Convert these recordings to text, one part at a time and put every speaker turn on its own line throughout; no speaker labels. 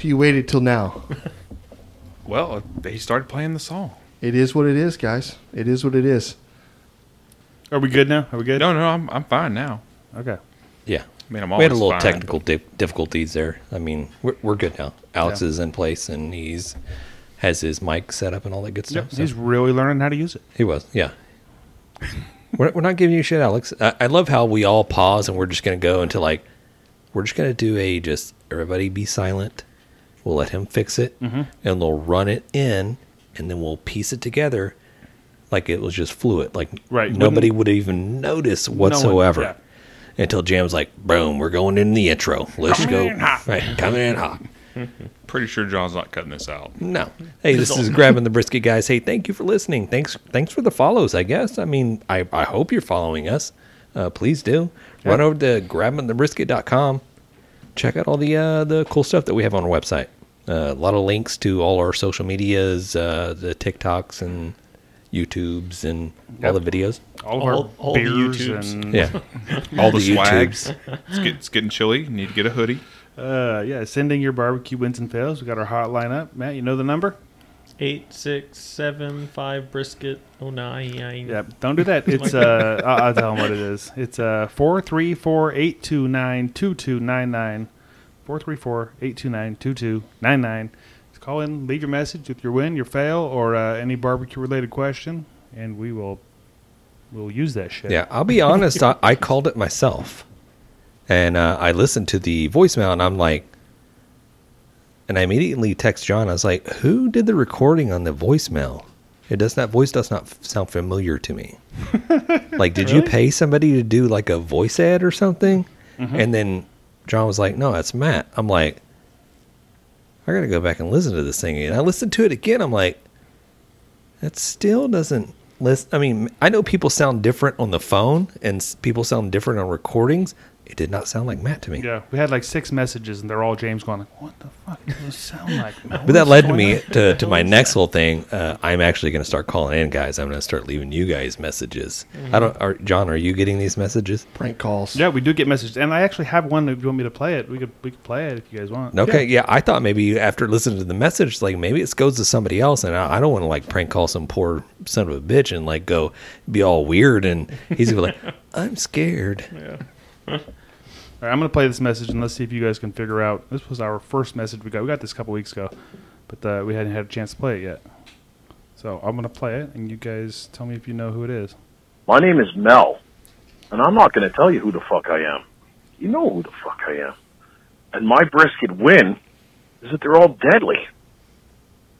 you waited till now.
Well, they started playing the song.
It is what it is, guys. It is what it is.
Are we good now? Are we good?
No, no, I'm I'm fine now.
Okay.
Yeah.
I mean, I'm
we had a
always
little
fine.
technical di- difficulties there. I mean, we're, we're good now. Alex is in place and he's has his mic set up and all that good stuff.
Yep.
so-
He's really learning how to use it.
He was, yeah. we're, we're not giving you shit, Alex. I, I love how we all pause and we're just going to go into like, we're just going to do a just everybody be silent. We'll let him fix it
Mm-hmm.
and we'll run it in and then we'll piece it together like it was just fluid. Like
Right.
nobody would even notice whatsoever.
yeah.
Until Jam's like, boom, we're going in the intro. Let's go. Right, coming in hot.
Pretty sure John's not cutting this out.
No. Hey, this is grabbing the brisket, guys. Hey, thank you for listening. Thanks, thanks for the follows. I guess. I mean, I, I hope you're following us. Uh, please do. Run over to grabbingthebrisket.com. Check out all the uh, the cool stuff that we have on our website. Uh, a lot of links to all our social medias, uh, the TikToks and YouTubes and all the videos.
All of
All-
our
all the
beers
YouTubes.
and
Yeah,
All the, swag.
YouTubes.
It's, get, it's getting chilly. You need to get a hoodie.
uh, yeah, sending your barbecue wins and fails. We got our hotline up. Matt, you know the number?
Eight six seven five brisket oh nine.
Yeah, don't do that. It's uh, I'll, I'll tell him what it is. It's uh four three four eight two nine two two nine nine, four three four eight two nine two two nine nine. Just call in, leave your message with your win, your fail, or uh, any barbecue related question, and we will we'll use that shit.
Yeah, I'll be honest. I, I called it myself, and uh, I listened to the voicemail, and I'm like, and I immediately text John. I was like, "Who did the recording on the voicemail? It does not voice does not f- sound familiar to me. like, did you pay somebody to do like a voice ad or something?" And then John was like, "No, that's Matt." I'm like, "I gotta go back and listen to this thing." And I listened to it again. I'm like, that still doesn't list. I mean, I know people sound different on the phone and s- people sound different on recordings. It did not sound like Matt to me.
Yeah, we had like six messages, and they're all James going like, "What the fuck does this sound like?"
But that led to me to, to my next little thing. Uh, I'm actually going to start calling in, guys. I'm going to start leaving you guys messages. I don't. Are, John, are you getting these messages?
Prank calls.
Yeah, we do get messages, and I actually have one. If you want me to play it, we could we could play it if you guys want.
Okay, yeah. I thought maybe after listening to the message, like maybe it goes to somebody else, and I, I don't want to like prank call some poor son of a bitch and like go be all weird, and he's gonna be like, "I'm scared."
All right, I'm going to play this message and let's see if you guys can figure out. This was our first message we got. We got this a couple weeks ago, but uh, we hadn't had a chance to play it yet. So I'm going to play it, and you guys tell me if you know who it is.
My name is Mel, and I'm not going to tell you who the fuck I am. You know who the fuck I am. And my brisket win is that they're all deadly.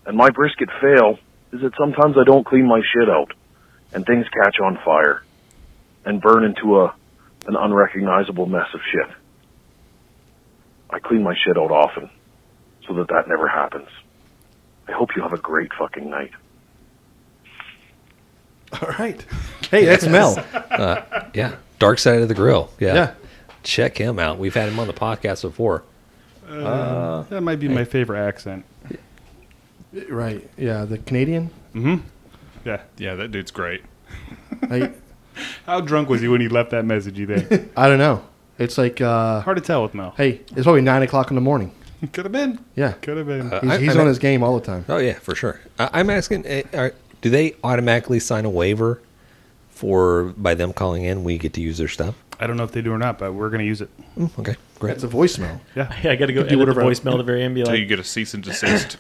And my brisket fail is that sometimes I don't clean my shit out, and things catch on fire and burn into a an unrecognizable mess of shit. I clean my shit out often so that that never happens. I hope you have a great fucking night.
All right. Hey, that's Mel.
Yeah, Dark Side of the Grill. Yeah.
Yeah.
Check him out. We've had him on the podcast before.
That might be my favorite accent.
Right. Yeah, the Canadian.
Yeah.
Yeah, that dude's great.
I,
How drunk was he when he left that message, you think?
I don't know. It's like, uh,
Hard to tell with Mel.
hey, it's probably nine o'clock in the morning.
Could have been.
Yeah. Uh,
Could have been.
He's,
I-
he's
I-
on his game all the time.
Oh yeah, for sure. I, I'm asking, eh, are, do they automatically sign a waiver for by them calling in? We get to use their stuff.
I don't know if they do or not, but we're going to use it.
Mm, okay, great.
It's a voicemail.
I gotta go edit the
whatever I-
voicemail at the very end. Be
Until you
like,
get a cease and desist.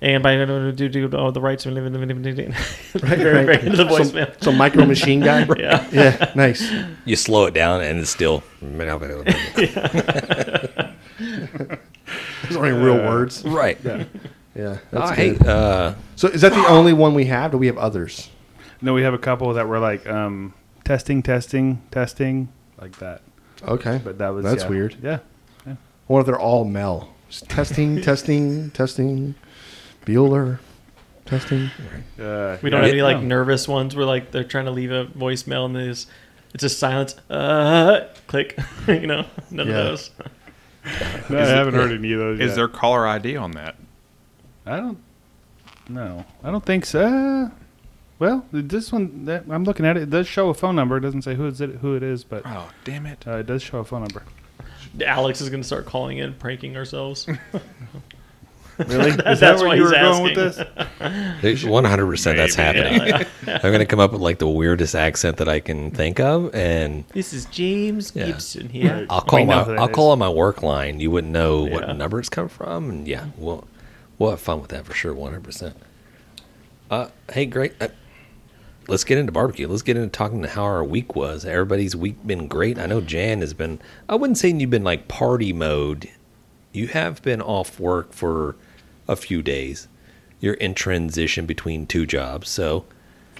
and by do do all the rights of living living living. Right, right, right. The voicemail.
Some, some micro machine guy.
Yeah.
Yeah. Nice.
You slow it down, and it's still.
Those aren't real words.
right.
Yeah.
Oh,
That's
hey,
good.
uh,
So is that the only one we have? Do we have others?
No, we have a couple that were like um, testing, testing, testing, like that.
Okay.
But that was.
That's
yeah.
weird.
Yeah.
I wonder if they're all Mel. Just testing, testing, testing. Bueller. Testing.
Uh,
We don't
yeah.
have any like
No.
nervous ones where like they're trying to leave a voicemail and there's it's just silence. Uh, click. you know, none
Yeah.
of those.
No, I haven't heard any of those.
Is
yet.
there caller ID on that?
I don't. No, I don't think so. Uh, well, this one that I'm looking at it, it does show a phone number. It doesn't say who is it, who it is, but
Oh, damn it.
uh, it does show a phone number.
Alex is going to start calling in, pranking ourselves.
Really? Is
That's
where
why
you
he's
were going with
asking.
this?
One hundred percent, that's
Maybe.
happening. I'm gonna come up with like the weirdest accent that I can think of, and
This is James
Yeah.
Gibson here.
I'll call
We know
my
who that
I'll
is.
call on my work line. You wouldn't know
Yeah.
what number it's come from, and yeah, we'll we'll have fun with that for sure, one hundred percent. Uh, hey, great. Uh, let's get into barbecue. Let's get into talking to how our week was. Everybody's week been great. I know Jan has been. I wouldn't say you've been like party mode. You have been off work for a few days. You're in transition between two jobs, so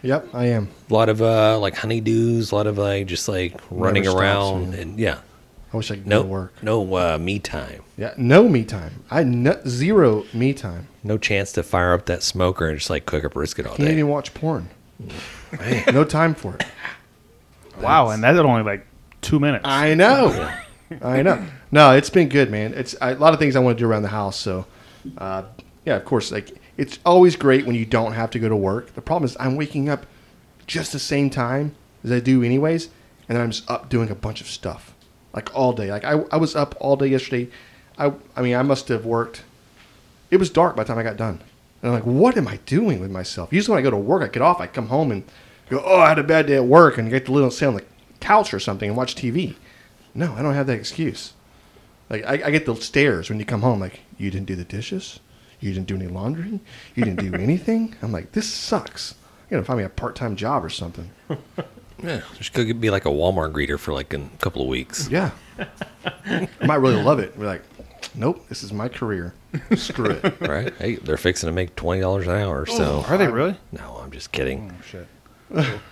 Yep, I am.
a lot of uh like honeydews, a lot of like just like running
stops,
around
yeah.
and yeah.
I wish I could
No
go to work.
No uh, me time.
Yeah, no me time. I no, zero me time.
No chance to fire up that smoker and just like cook a brisket all
Can't
day.
even watch porn.
Man.
No time for it.
Wow, and that's only like two minutes.
I know. I know. No, it's been good, man. It's I- a lot of things I want to do around the house. So, uh, yeah, of course. Like it's always great when you don't have to go to work. The problem is I'm waking up just the same time as I do anyways, and then I'm just up doing a bunch of stuff like all day. Like I, I was up all day yesterday. I I mean I must have worked. It was dark by the time I got done, and I'm like, what am I doing with myself? Usually when I go to work, I get off, I come home and go, oh, I had a bad day at work, and get to live on sit on the couch or something and watch TV. No, I don't have that excuse. Like I, I get the stares when you come home. Like you didn't do the dishes, you didn't do any laundry, you didn't do anything. I'm like, this sucks. You know, find me a part-time job or something.
Yeah, just go get- be like a Walmart greeter for like a couple of weeks.
Yeah, I might really love it. We're like, nope, this is my career. Screw it.
Right? hey, they're fixing to make twenty dollars an hour.
Oh,
So
Are they really?
no, I'm just kidding.
Shit.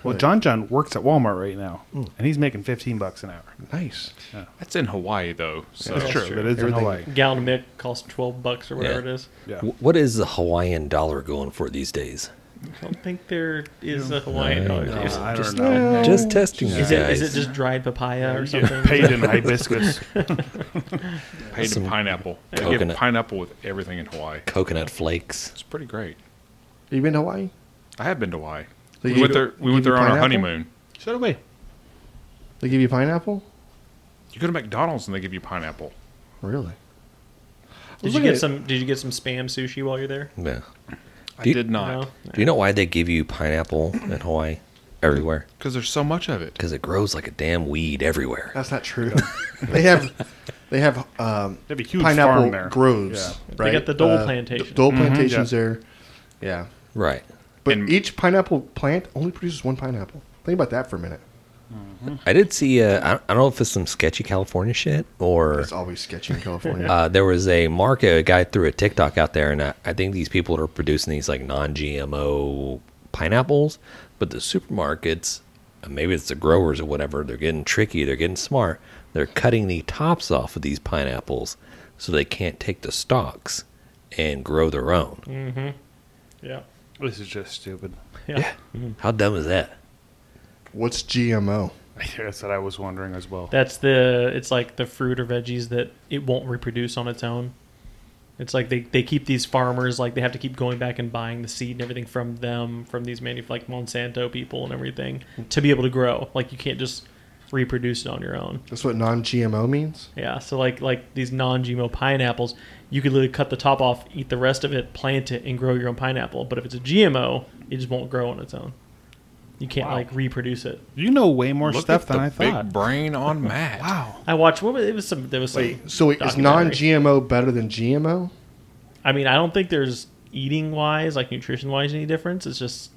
Well, John John works at Walmart right now, and he's making fifteen bucks an hour.
Nice.
That's in Hawaii, though. So.
That's true. That is in
Everything-
Hawaii.
Gallon of milk costs twelve bucks or whatever
Yeah.
it is.
Yeah.
W- What is the Hawaiian dollar going for these days?
I don't think there is a Hawaiian dollar.
no.
Is,
Uh, I
just-
don't know.
Just testing you
is it
guys.
is it just dried papaya or
Get
something?
paid in hibiscus.
Paid in pineapple. They
coconut.
get pineapple with everything in Hawaii.
coconut flakes?
It's pretty great.
Have you been to Hawaii?
I have been to Hawaii.
They
we
give
went
you-
there. We
give
went
you
there on our
pineapple?
honeymoon.
Shut away.
They give you pineapple?
You go to McDonald's and they give you pineapple.
Really?
Did you
Look at
get
it.
some? Did you get some spam sushi while you're there?
Yeah.
I
Do you-
did not
No.
Do you know why they give you pineapple in Hawaii? Everywhere.
because there's so much of it.
Because it grows like a damn weed everywhere.
That's not true. they have they have um,
They have a huge
pineapple
farm there.
groves.
They
Right?
got the Dole
d-
plantation.
Dole
Mhm,
plantations there. Yeah.
Right.
But
And-
each pineapple plant only produces one pineapple. Think about that for a minute.
I did see. Uh, I- I don't know if it's some sketchy California shit or
It's always sketchy in California.
uh, there was a market. A guy threw a TikTok out there, and I, I think these people are producing these like non-GMO pineapples, but the supermarkets, and maybe it's the growers or whatever, they're getting tricky. They're getting smart. They're cutting the tops off of these pineapples so they can't take the stalks and grow their own.
Yeah.
This is just stupid.
Yeah. Hmm.
How dumb is that?
What's GMO?
That's what I was wondering as well.
That's the. It's like the fruit or veggies that it won't reproduce on its own. It's like they, they keep these farmers like they have to keep going back and buying the seed and everything from them from these manu- like Monsanto people and everything to be able to grow. Like you can't just reproduce it on your own.
That's what non-GMO means.
Yeah, so like like these non-GMO pineapples, you could literally cut the top off, eat the rest of it, plant it, and grow your own pineapple. But if it's a GMO, it just won't grow on its own. You can't
Wow.
like reproduce it.
You know way more
Look
stuff
at
than
the
I thought.
Big brain on Matt.
Wow.
I watched. What was, it was some. There was some.
Wait, so is
documentary.
non-GMO better than GMO?
I mean, I don't think there's eating wise, like nutrition wise, any difference. It's just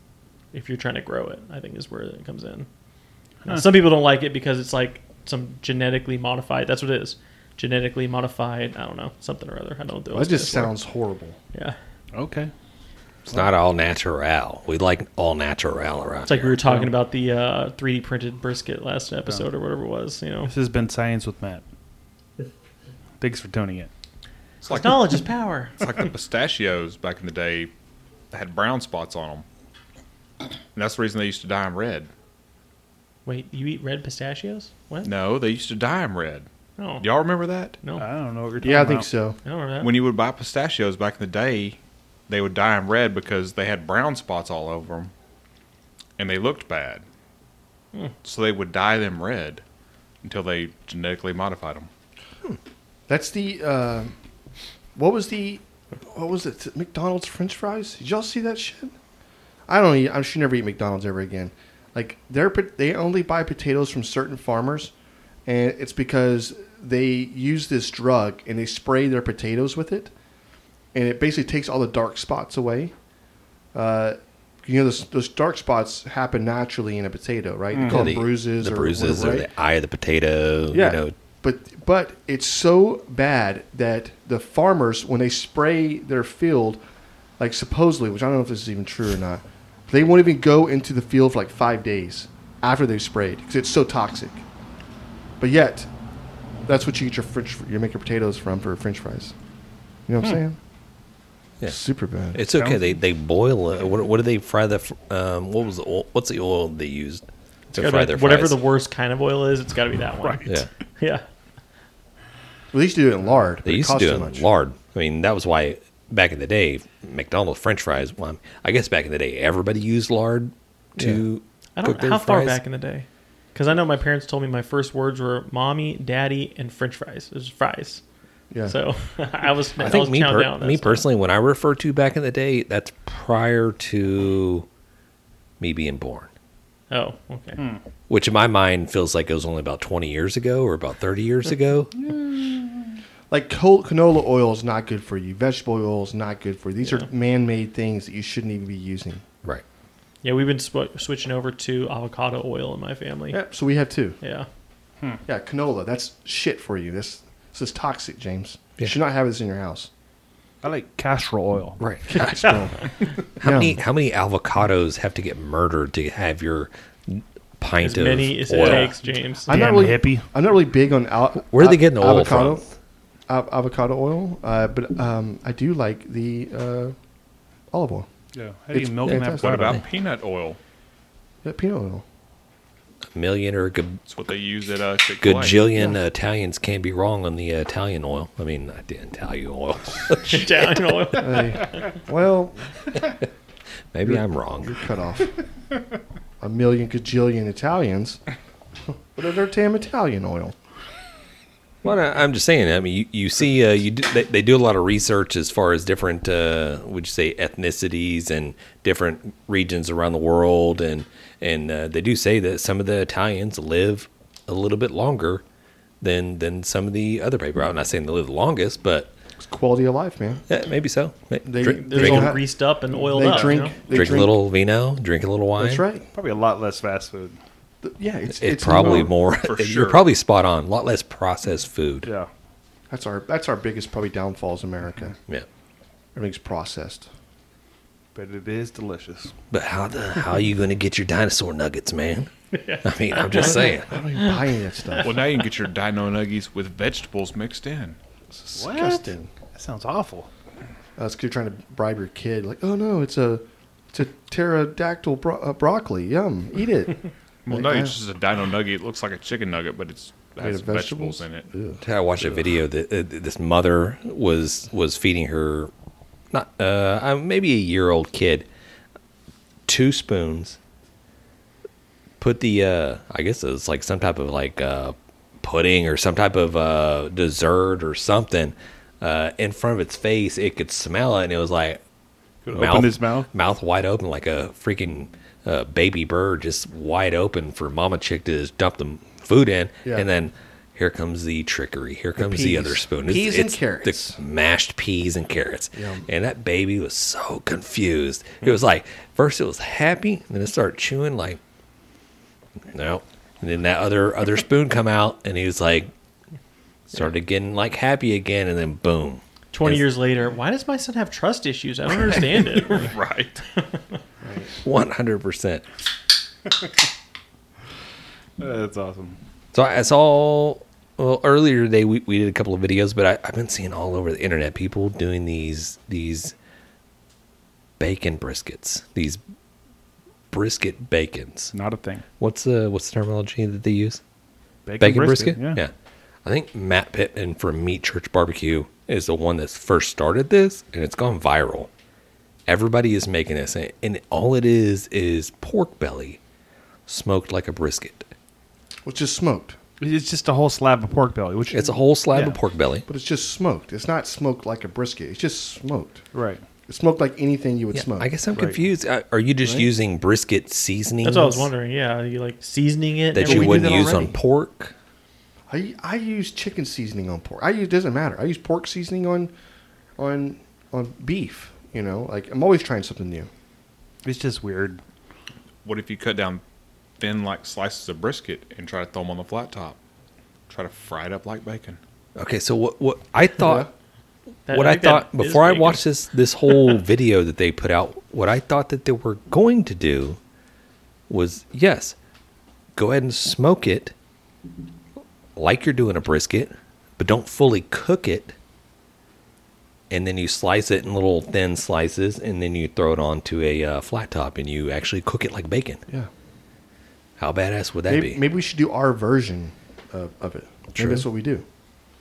if you're trying to grow it, I think is where it comes in. Now, Some people don't like it because it's like some genetically modified. That's what it is. Genetically modified. I don't know something or other. I don't know.
Well,
what
that just
it is.
sounds horrible.
Yeah.
Okay.
It's not all natural. We like all natural around.
It's like we
here.
were talking about the uh, 3D printed brisket last episode or whatever it was. You know,
This has been Science with Matt. Thanks for tuning in.
It's like
knowledge is power.
it's like the pistachios back in the day that had brown spots on them, and that's the reason they used to dye them red.
Wait, you eat red pistachios? What?
No, they used to dye them red.
No,
Y'all remember that?
no, I
I don't know what you're talking
Yeah, I
about.
think so.
don't remember that.
When you would buy pistachios back in the day, they would dye them red because they had brown spots all over them, and they looked bad. So they would dye them red until they genetically modified them.
That's the uh, what was the what was it? McDonald's French fries? Did y'all see that shit? I don't. Eat, I should never eat McDonald's ever again. Like they're pot- they only buy potatoes from certain farmers, and it's because they use this drug and they spray their potatoes with it, and it basically takes all the dark spots away. Uh, you know, those, those dark spots happen naturally in a potato, right? They call them
Mm. the
bruises,
the
or
bruises,
whatever,
or
right?
the eye of the potato.
Yeah.
You know,
But but it's so bad that the farmers, when they spray their field, like supposedly, which I don't know if this is even true or not, they won't even go into the field for like five days after they've sprayed because it's so toxic. But yet, that's what you eat your French, you make your potatoes from for French fries. You know what I'm saying?
Hmm. Yeah.
Super bad.
it's okay. They they boil it. What, what do they fry the? fr- Um, what was the oil, what's the oil they used to
Gotta
fry
be-
their
whatever
fries?
the worst kind of oil is, it's got to be that one.
Right.
yeah.
Yeah.
Well, they used to do it in lard. but
They used
it
to
cost
do it
too
in
much.
lard. I mean, that was why back in the day, McDonald's French fries. Well, I guess back in the day, everybody used lard to
I
cook
don't
their
how far
fries.
back in the day, because I know my parents told me my first words were "mommy," "daddy," and "French fries." It was fries.
Yeah.
So I was. I,
I think
was
me,
counting
per-
down that
me
stuff.
personally, when I refer to back in the day, that's prior to me being born,
Oh, okay.
which in my mind feels like it was only about 20 years ago or about 30 years ago.
like col- canola oil is not good for you. Vegetable oil is not good for you. These
Yeah.
are man-made things that you shouldn't even be using.
right.
Yeah, we've been sw- switching over to avocado oil in my family.
Yeah, so we have two.
Yeah.
Yeah, canola. That's shit for you. This this is toxic, James. You
Yeah.
should not have this in your house.
I like castor oil.
Right.
That's dumb.
How many how many avocados have to get murdered to have your pint
As
of
many as
oil?
it takes, James.
I'm not
Damn
really
hippie.
I'm not really big on al-
Where are they
av-
getting the oil
avocado,
from?
av- avocado oil, uh, but um, I do like the uh, olive oil,
Yeah. How do you
It's
milk an
fantastic.
What
avocado?
about peanut oil?
yeah, peanut oil.
A million or a good
That's what they use at uh, Chick Fil A.
gajillion Italians can't be wrong on the Italian oil. I mean, not the Italian oil.
Italian oil.
Hey, well,
Maybe I'm wrong.
you're cut off. A million gajillion Italians. What are their damn Italian oil?
Well, I, I'm just saying. I mean, you, you see, uh, you do, they, they do a lot of research as far as different, uh, would you say, ethnicities and different regions around the world, and and uh, they do say that some of the Italians live a little bit longer than than some of the other people. I'm not saying they live the longest, but
It's quality of life, man.
eh, maybe so. They
They-
drink,
They're
Drink
all
it.
greased up and oiled
they
up.
drink.
You know?
They
drink a little vino, drink a little wine.
That's right.
Probably a lot less fast food.
Th- Yeah, it's
It's, probably
more.
more.
for
You're
sure.
probably spot on. A lot less processed food.
Yeah.
That's our that's our biggest probably downfalls in
Mm-hmm.
America.
Yeah.
Everything's processed.
But it is delicious.
But how the how are you going to get your dinosaur nuggets, man? I mean, I'm just saying.
I don't even buy any of that stuff.
Well, now you can get your dino nuggies with vegetables mixed in.
Disgusting.
That sounds awful.
That's because you're trying to bribe your kid. Like, oh no, it's a it's a pterodactyl bro- uh, broccoli. Yum, eat it.
Well,
Like,
no,
I-
it's just a dino nugget. It looks like a chicken nugget, but it's it
Made
has
of
vegetables?
vegetables?
in it.
I watched a video that uh, this mother was was feeding her, not uh, uh, maybe a year old kid, two spoons. Put the uh, I guess it was like some type of like uh, pudding or some type of uh, dessert or something uh, in front of its face. It could smell it, and it was like
Could open his mouth.
mouth wide open like a freaking uh, baby bird, just wide open for Mama Chick to just dump the food in,
Yeah.
and then here comes the trickery. Here comes the
peas.
other spoon.
Peas and carrots.
The mashed peas and carrots.
Yum.
And that baby was so confused. It was like first it was happy, and then it started chewing like no. And then that other other spoon come out, and he was like started getting like happy again, and then boom.
20
Yes.
years later, why does my son have trust issues? I don't understand it.
Right.
One hundred percent.
That's awesome.
So I I saw well earlier today we, we did a couple of videos, but I, I've been seeing all over the internet people doing these these bacon briskets, these brisket bacons.
Not a thing.
What's the what's the terminology that they use? Bacon, brisket.
Yeah.
I think Matt Pittman from Meat Church Barbecue is the one that's first started this, and it's gone viral. Everybody is making this, and, and all it is is pork belly smoked like a brisket.
Which is smoked.
It's just a whole slab of pork belly, which
It's a whole slab
Yeah.
of pork belly.
But it's just smoked. It's not smoked like a brisket. It's just smoked.
right.
It's smoked like anything you would
Yeah,
smoke.
I guess I'm
Right.
confused. Uh, Are you just
Right?
using brisket seasoning?
That's what I was wondering. Yeah, you like seasoning it. and
That
we
you
did
everything?
wouldn't
that
use
already.
on pork?
I I use chicken seasoning on pork. I use, it doesn't matter. I use pork seasoning on on on beef. You know, like I'm always trying something new.
It's just weird.
What if you cut down thin like slices of brisket and try to throw them on the flat top? Try to fry it up like bacon.
Okay, so what? What I
Uh-huh.
thought,
That-
what I,
think that
thought
is
before I
bacon.
watched this this whole video that they put out, what I thought that they were going to do was yes, go ahead and smoke it like you're doing a brisket, but don't fully cook it. And then you slice it in little thin slices, and then you throw it onto a uh, flat top, and you actually cook it like bacon.
Yeah.
How badass would that
Maybe,
be?
maybe we should do our version of, of it.
True.
Maybe that's what we do.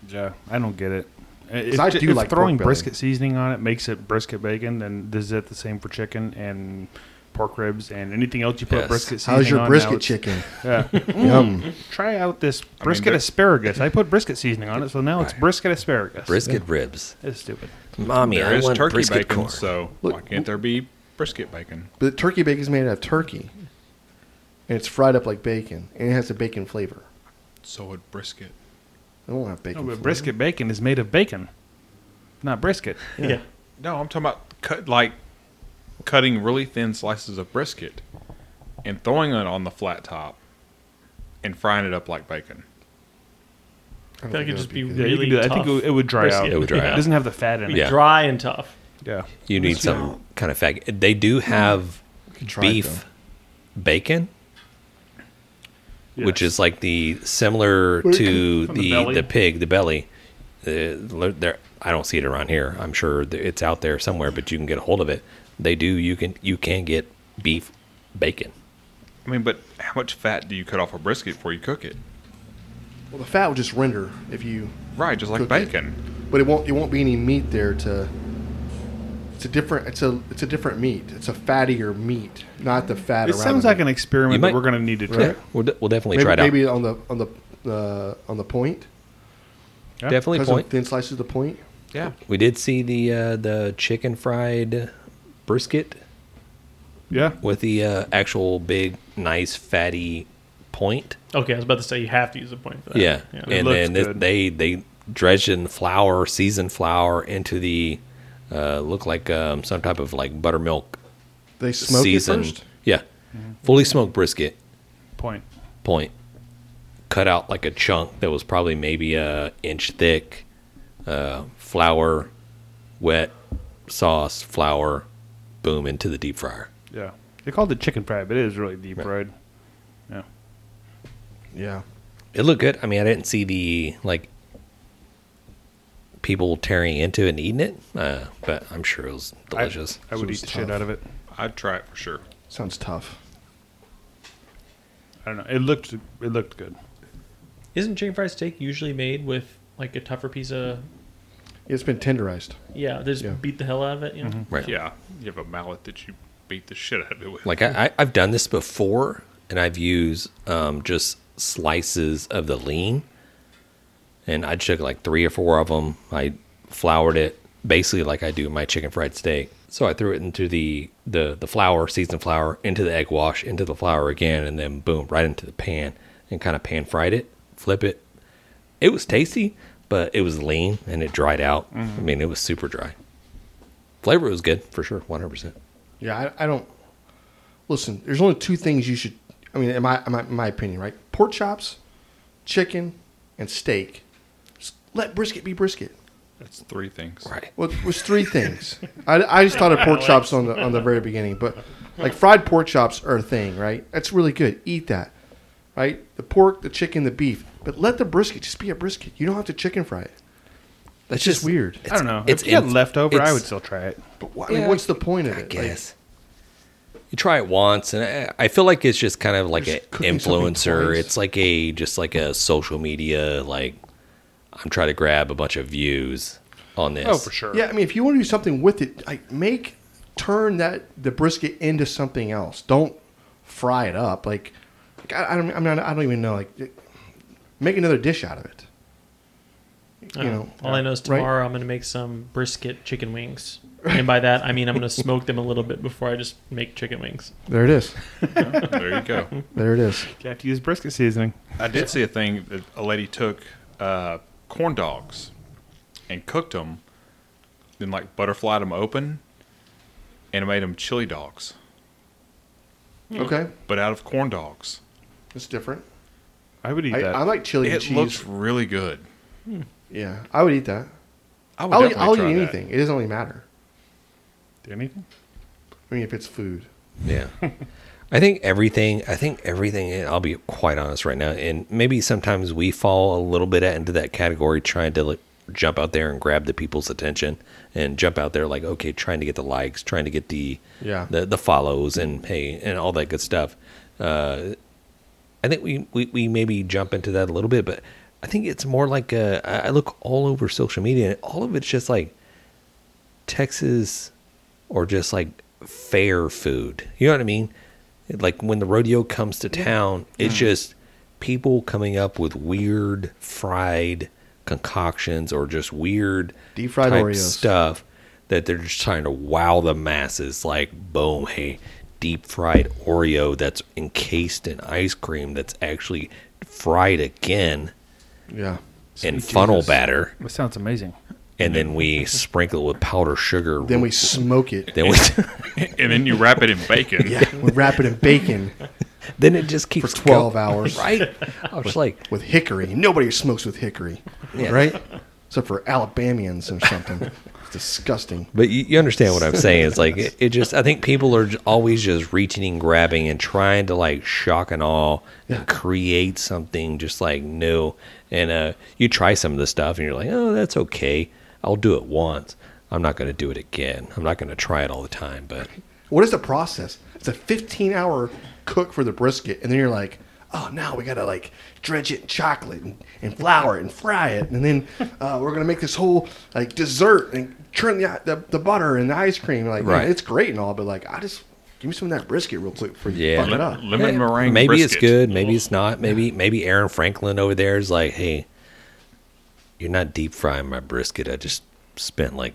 Yeah, I don't get it. If,
I
ju-
do
if
like pork
throwing
belly.
brisket seasoning on it makes it brisket bacon, then is it the same for chicken and pork ribs and anything else you put
Yes.
brisket seasoning
How's your
on, now
brisket
it's-
chicken?
Yeah.
Yum.
Try out this brisket
there-
asparagus. I put brisket seasoning on it, so now it's brisket asparagus.
brisket ribs,
It's stupid.
mommy.
Mm, There
I
is
want
turkey
brisket
bacon,
corn.
so why can't there be brisket bacon?
But turkey bacon is made out of turkey, and it's fried up like bacon, and it has a bacon flavor.
So would brisket.
I don't have bacon.
No, Oh, but
flavor.
brisket bacon is made of bacon, not brisket.
Yeah.
No, I'm talking about cut like cutting really thin slices of brisket and throwing it on the flat top and frying it up like bacon.
I don't
That
think
could
that
just
would
be
good.
Yeah, you
Really
can do that. I think it
tough
would, it would dry out.
brisket.
It would dry
It
out.
doesn't have the fat in it.
Yeah.
Dry and tough.
Yeah.
You need some kind of faggot. They do have
Mm. try it,
beef bacon, which
Yes.
is like the similar
Where it
to
from the
the the,
belly.
pig, the belly. Uh, there, I don't see it around here. I'm sure th- it's out there somewhere, but you can get a hold of it. They do. You can you can get beef bacon.
I mean, but how much fat do you cut off a brisket before you cook it?
Well, the fat will just render if you,
Right, just like
Cook it.
bacon.
but it won't. It won't be any meat there to. It's a different. It's a. It's a different meat. It's a fattier meat, not the fat.
It
around
sounds
the
like
meat.
an
You
experiment
might-
that we're going to need to try.
Yeah, we'll, de- we'll definitely
maybe,
try it out.
maybe on the on the uh, on the point.
Yeah.
definitely
Cut some
point.
thin slices uh, of the point.
Yeah.
We did see the uh, the chicken fried brisket
Yeah.
with the uh, actual big, nice, fatty point.
Okay, I was about to say you have to use a point for that.
Yeah,
yeah.
and
looks
then this,
good.
they they dredge in flour, seasoned flour into the uh, look like um, some type of like buttermilk
They smoke
seasoned.
it first.
Yeah, fully smoked brisket
Point.
point, cut out like a chunk that was probably maybe a inch thick. Uh, flour, wet sauce, flour, boom into the deep fryer.
Yeah. They called it chicken fried, but it is really deep fried. Yeah.
Yeah.
It looked good. I mean, I didn't see the like people tearing into it and eating it, uh, but I'm sure it was
I-
delicious.
I, would
So
eat
it's
the shit
tough.
out of it.
I'd try it for sure.
Sounds tough.
I don't know. It looked it looked good.
Isn't chicken fried steak usually made with like a tougher piece of?
It's been tenderized.
Yeah, they just
Yeah.
beat the hell out of it. You know?
right.
Yeah. You have a mallet that you beat the shit out of it with.
Like I, I, I've done this before, and I've used um, just slices of the lean, and I took like three or four of them. I floured it basically like I do my chicken fried steak. So I threw it into the the the flour, seasoned flour, into the egg wash, into the flour again, and then boom, right into the pan, and kind of pan fried it, flip it. It was tasty, but it was lean and it dried out. I mean, it was super dry. Flavor was good for sure, one hundred percent.
Yeah, I, I don't. Listen, there's only two things you should. I mean, in my, in my in my opinion, right? Pork chops, chicken, and steak. Just let brisket be brisket.
That's three things.
Right.
Well, it was three things. I, I just thought of pork chops on the on the very beginning, but like fried pork chops are a thing, right? That's really good. Eat that, right? The pork, the chicken, the beef, but let the brisket just be a brisket. You don't have to chicken fry it.
That's
just weird.
I don't know. if you had
in-
leftover, I
it's-
would still try it.
But why, I mean,
Yeah,
what's the point of
I
it?
guess. you try it once, and I, I feel like it's just kind of like an
Just cooking something
influencer.
twice.
It's like a just like a social media. Like I'm trying to grab a bunch of views on this.
Oh, for sure.
Like, yeah, I mean, if you want to do something with it, like make turn that the brisket into something else. Don't fry it up. Like, like I, I don't. I'm not. I don't even know. Like, Make another dish out of it.
I
You
don't
know,
all I know is
right?
tomorrow I'm going to make some brisket chicken wings, and by that I mean I'm going to smoke them a little bit before I just make chicken wings.
There it is.
There you go.
There it is.
You have to use brisket seasoning.
I did see a thing that a lady took uh, corn dogs and cooked them, then like butterflied them open, and made them chili dogs, Mm.
Okay,
but out of corn dogs.
it's different.
I would eat
I,
that.
I like chili and
It
cheese.
looks really good.
yeah, I would eat that.
I would
I'll eat,
Oh, definitely
I'll eat
try that.
anything. It doesn't really matter.
Anything?
I mean, if it's food.
Yeah. I think everything, I think everything, and I'll be quite honest right now. And maybe sometimes we fall a little bit into that category trying to like, jump out there and grab the people's attention and jump out there like, okay, trying to get the likes, trying to get the,
Yeah.
the, the follows and hey, and all that good stuff. Uh, I think we, we, we maybe jump into that a little bit, but I think it's more like uh, I I look all over social media and all of it's just like Texas or just like fair food. You know what I mean? Like when the rodeo comes to town, it's just people coming up with weird fried concoctions or just weird
Deep fried
type
Oreos.
stuff that they're just trying to wow the masses. Like, boom, hey, deep fried Oreo that's encased in ice cream that's actually fried again
Yeah.
in funnel
Jesus.
batter,
That sounds amazing.
and then we sprinkle it with powdered sugar.
Then we smoke it.
Then we
And then you wrap it in bacon.
We wrap it in bacon
then it just
for
keeps
12
go-
hours
right? I was like,
with hickory. Nobody smokes with hickory,
Yeah.
right? Except for Alabamians or something. It's disgusting.
but you, you understand what I'm saying? It's like it, it just. I think people are j- always just reaching and grabbing and trying to like shock and awe and create something just like new. And uh, you try some of this stuff and you're like, oh, that's okay. I'll do it once. I'm not going to do it again. I'm not going to try it all the time. But
What is the process? It's a 15 hour cook for the brisket, and then you're like, oh, now we gotta like dredge it in chocolate and, and flour it and fry it, and then uh, we're gonna make this whole like dessert and churn the the, the butter and the ice cream. Like, man,
Right.
it's great and all, but like, I just give me some of that brisket real quick before you
Yeah.
fuck it up.
Lemon meringue.
maybe it's
brisket.
good. Maybe it's not. Maybe maybe Aaron Franklin over there is like, hey, you're not deep frying my brisket. I just spent like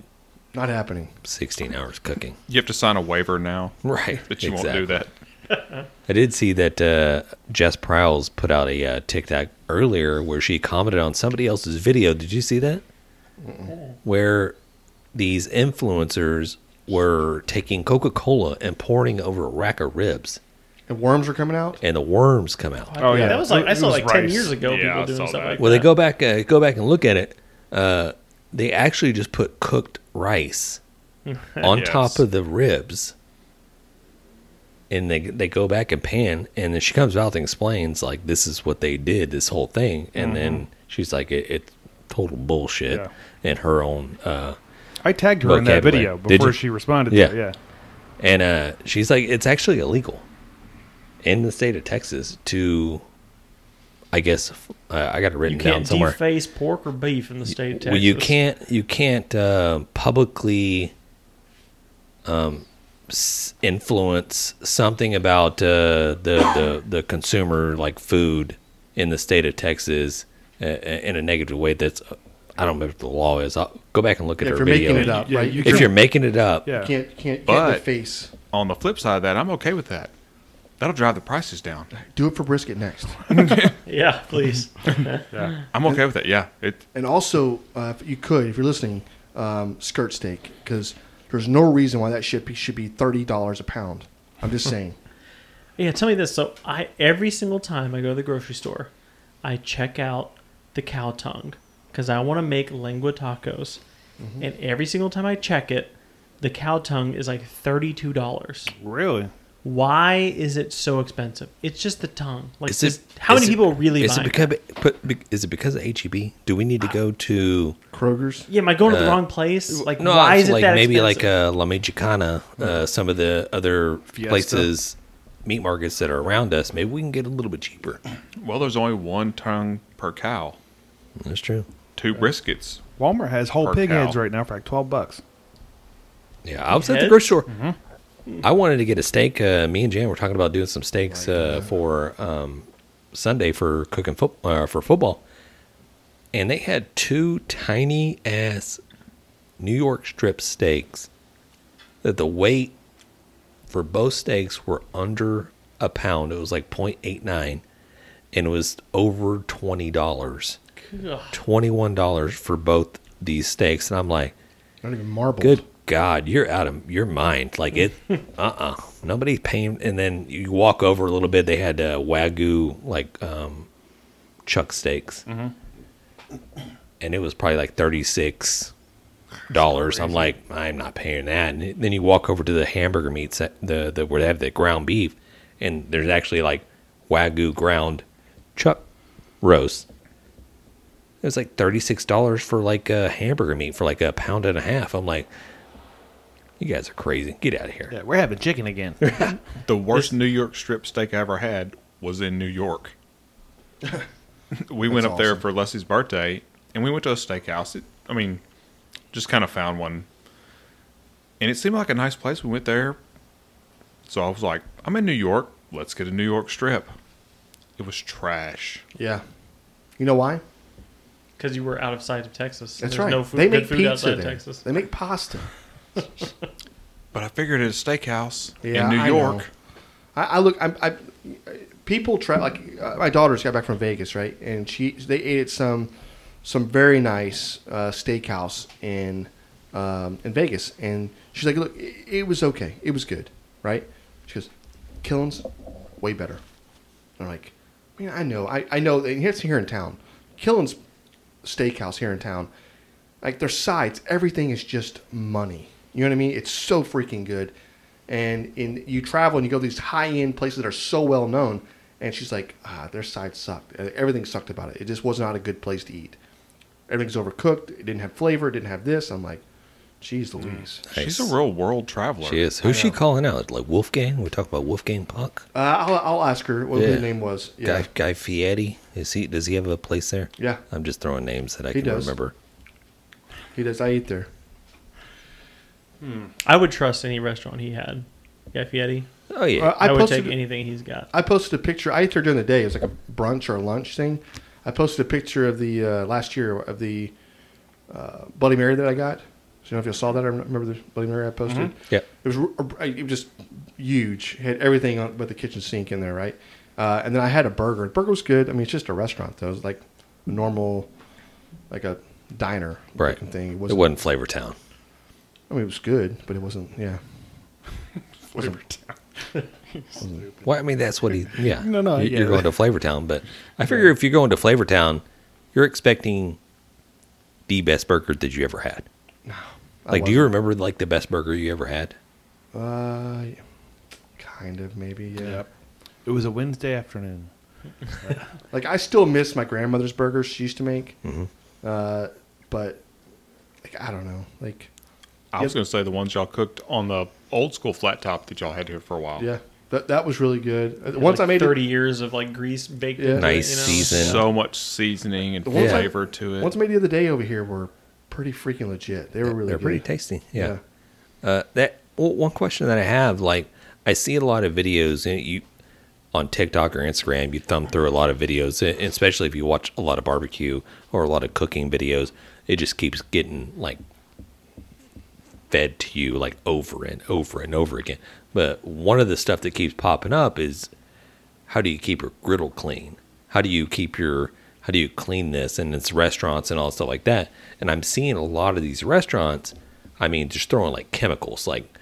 Not happening.
16 hours cooking.
You have to sign a waiver now
Right.
that you won't do that.
I did see that uh, Jess Prowls put out a uh, TikTok earlier where she commented on somebody else's video. Did you see that? Where these influencers were taking Coca Cola and pouring over a rack of ribs,
And worms are coming out.
and the worms come out.
Oh, yeah.
that was like I
It
saw
was
like ten
rice.
years ago
Yeah, I saw
people doing stuff
that.
like
Well, they
that.
go back, uh, go back and look at it. Uh, they actually just put cooked rice on
Yes.
top of the ribs, and they they go back and pan, and then she comes out and explains like this is what they did, this whole thing, and then she's like it, it's total bullshit
Yeah.
in her own. Uh,
I tagged her in that
Vocabulary.
video
Did
before
you?
she responded.
Yeah.
to it, yeah.
and uh, she's like it's actually illegal in the state of Texas to, I guess uh, I got it
You
written down
can't
somewhere.
deface pork or beef in the state of Texas.
Well, you can't you can't uh, publicly um, s- influence something about uh, the, the the consumer like food in the state of Texas uh, in a negative way. That's I don't remember what the law is. I'll go back and look at
Yeah, if
her
you're
video.
making it up,
Yeah,
right?
you
You
If you're making it up,
Yeah.
can't can't get in the
But-
face.
On the flip side of that, I'm okay with that. That'll drive the prices down.
Do it for brisket next.
Yeah, please.
yeah.
I'm okay with that. Yeah. It
And also, uh, if you could, if you're listening, um, skirt steak, because there's no reason why that should be, should be thirty dollars a pound. I'm just saying.
Yeah, tell me this. So I every single time I go to the grocery store, I check out the cow tongue because I want to make lengua tacos,
Mm-hmm.
and every single time I check it, the cow tongue is like thirty two dollars.
Really?
Why is it so expensive? It's just the tongue. Like,
Is
this,
it-
how many
is it-
people really
Is
buy?
it
it?
because but, be- is it because of HEB? Do we need to go to
Kroger's.
yeah, am I going to the wrong place? Like,
Uh, no,
why
it's
is it
like
that
maybe
expensive?
like uh, La Mexicana, uh, some of the other
Fiesta.
places, meat markets that are around us. Maybe we can get a little bit cheaper.
well, there's only one tongue per cow.
That's true.
Two briskets.
Walmart has whole
Or
pig
cow.
heads right now for like twelve bucks.
Yeah, I was at the
Heads?
grocery store. I wanted to get a steak. Uh, me and Jan were talking about doing some steaks uh, for um, Sunday for cooking foot uh, for football, and they had two tiny ass New York strip steaks that the weight for both steaks were under a pound. It was like 0.89 and it was over twenty dollars,
Ugh.
twenty one dollars for both these steaks, and I'm like.
Not even marble.
Good God, you're out of your mind. Like it, uh uh Nobody's paying. And then you walk over a little bit, they had uh, Wagyu, like um, chuck steaks. And it was probably like $36. I'm like, I'm not paying that. And then you walk over to the hamburger meat, set, the, the where they have the ground beef, and there's actually like Wagyu ground chuck roast. It was like thirty six dollars for like a hamburger meat for like a pound and a half. I'm like, you guys are crazy. Get out of here.
Yeah, we're having chicken again.
The worst New York strip steak I ever had was in New York. we went up
That's
there
awesome.
for Leslie's birthday, and we went to a steakhouse. It, I mean, just kind of found one, and it seemed like a nice place. We went there, so I was like, "I'm in New York. Let's get a New York strip." It was trash.
Yeah. You know why?
because you were out of sight of Texas.
That's
There's
right.
No food,
they
good
make
food
pizza
outside
there.
of Texas.
They make pasta.
But I figured at a steakhouse
Yeah,
in New
I
York,
know. I, I look. I, I people try like uh, my daughter's got back from Vegas, right? And she they ate at some some very nice uh, steakhouse in um, in Vegas, and she's like, "Look, it, it was okay. It was good, right?" She goes, "Killen's way better." And I'm like, "Man, I know. I, I know. that It's here in town. Killen's steakhouse here in town. Like their sides, everything is just money. You know what I mean? It's so freaking good." and in you travel and you go to these high end places that are so well known. And she's like, ah, their side sucked. Uh, Everything sucked about it. It just was not a good place to eat. Everything's overcooked. It didn't have flavor. It didn't have this. I'm like, geez, Louise.
she's a real world traveler.
She is. Who's she calling out? Like Wolfgang? We talk about Wolfgang Puck.
Uh, I'll, I'll ask her what
Yeah.
her name was. Yeah.
Guy Guy Fieri. Is he? Does he have a place there?
Yeah.
I'm just throwing names that I
He
can
does.
remember.
He does. I eat there.
I would trust any restaurant he had. Yeah, Fietti.
Oh yeah.
Uh,
I, would
posted-
take anything he's got.
I posted a picture. I ate there during the day. It was like a brunch or a lunch thing. I posted a picture of the uh, last year of the uh, Bloody Mary that I got. So, you know if you saw that. I remember the Bloody Mary I posted.
Yep.
It was r- it was just huge. Had everything on, but the kitchen sink in there, right? Uh, and then I had a burger. The burger was good. I mean, it's just a restaurant though. It was like a normal, like a diner
right.
looking thing. It
it
wasn't,
wasn't Flavor Town.
I mean, it was good, but it wasn't. Yeah. Wasn't-
Well, I mean, that's what he. Yeah.
No, no, I
You're,
get
you're
it.
going to Flavortown, but I figure if you're going to Flavortown, you're expecting the best burger that you ever had.
I
Like, do you remember like the best burger you ever had?
wasn't. Uh, kind of maybe. Yeah.
It was a Wednesday afternoon.
Like I still miss my grandmother's burgers she used to make.
Mm-hmm.
Uh, but like I don't know. Like
I was going to say the ones y'all cooked on the old school flat top that y'all had here for a while.
yeah, that that was really good. Uh,
Had,
Once I
like,
made
thirty
it,
years of like grease baked.
Yeah.
into it,
Nice
you know?
season.
So much seasoning and
ones I-
flavor to it.
once I made the other day over here were pretty freaking legit. They were really
They're
good.
pretty tasty. Yeah. Uh, that well, one question that I have, like, I see a lot of videos and you on TikTok or Instagram, you thumb through a lot of videos, and especially if you watch a lot of barbecue or a lot of cooking videos. It just keeps getting like fed to you like over and over and over again. But one of the stuff that keeps popping up is how do you keep your griddle clean? How do you keep your how do you clean this? And it's restaurants and all stuff like that. And I'm seeing a lot of these restaurants, I mean, just throwing like chemicals. Like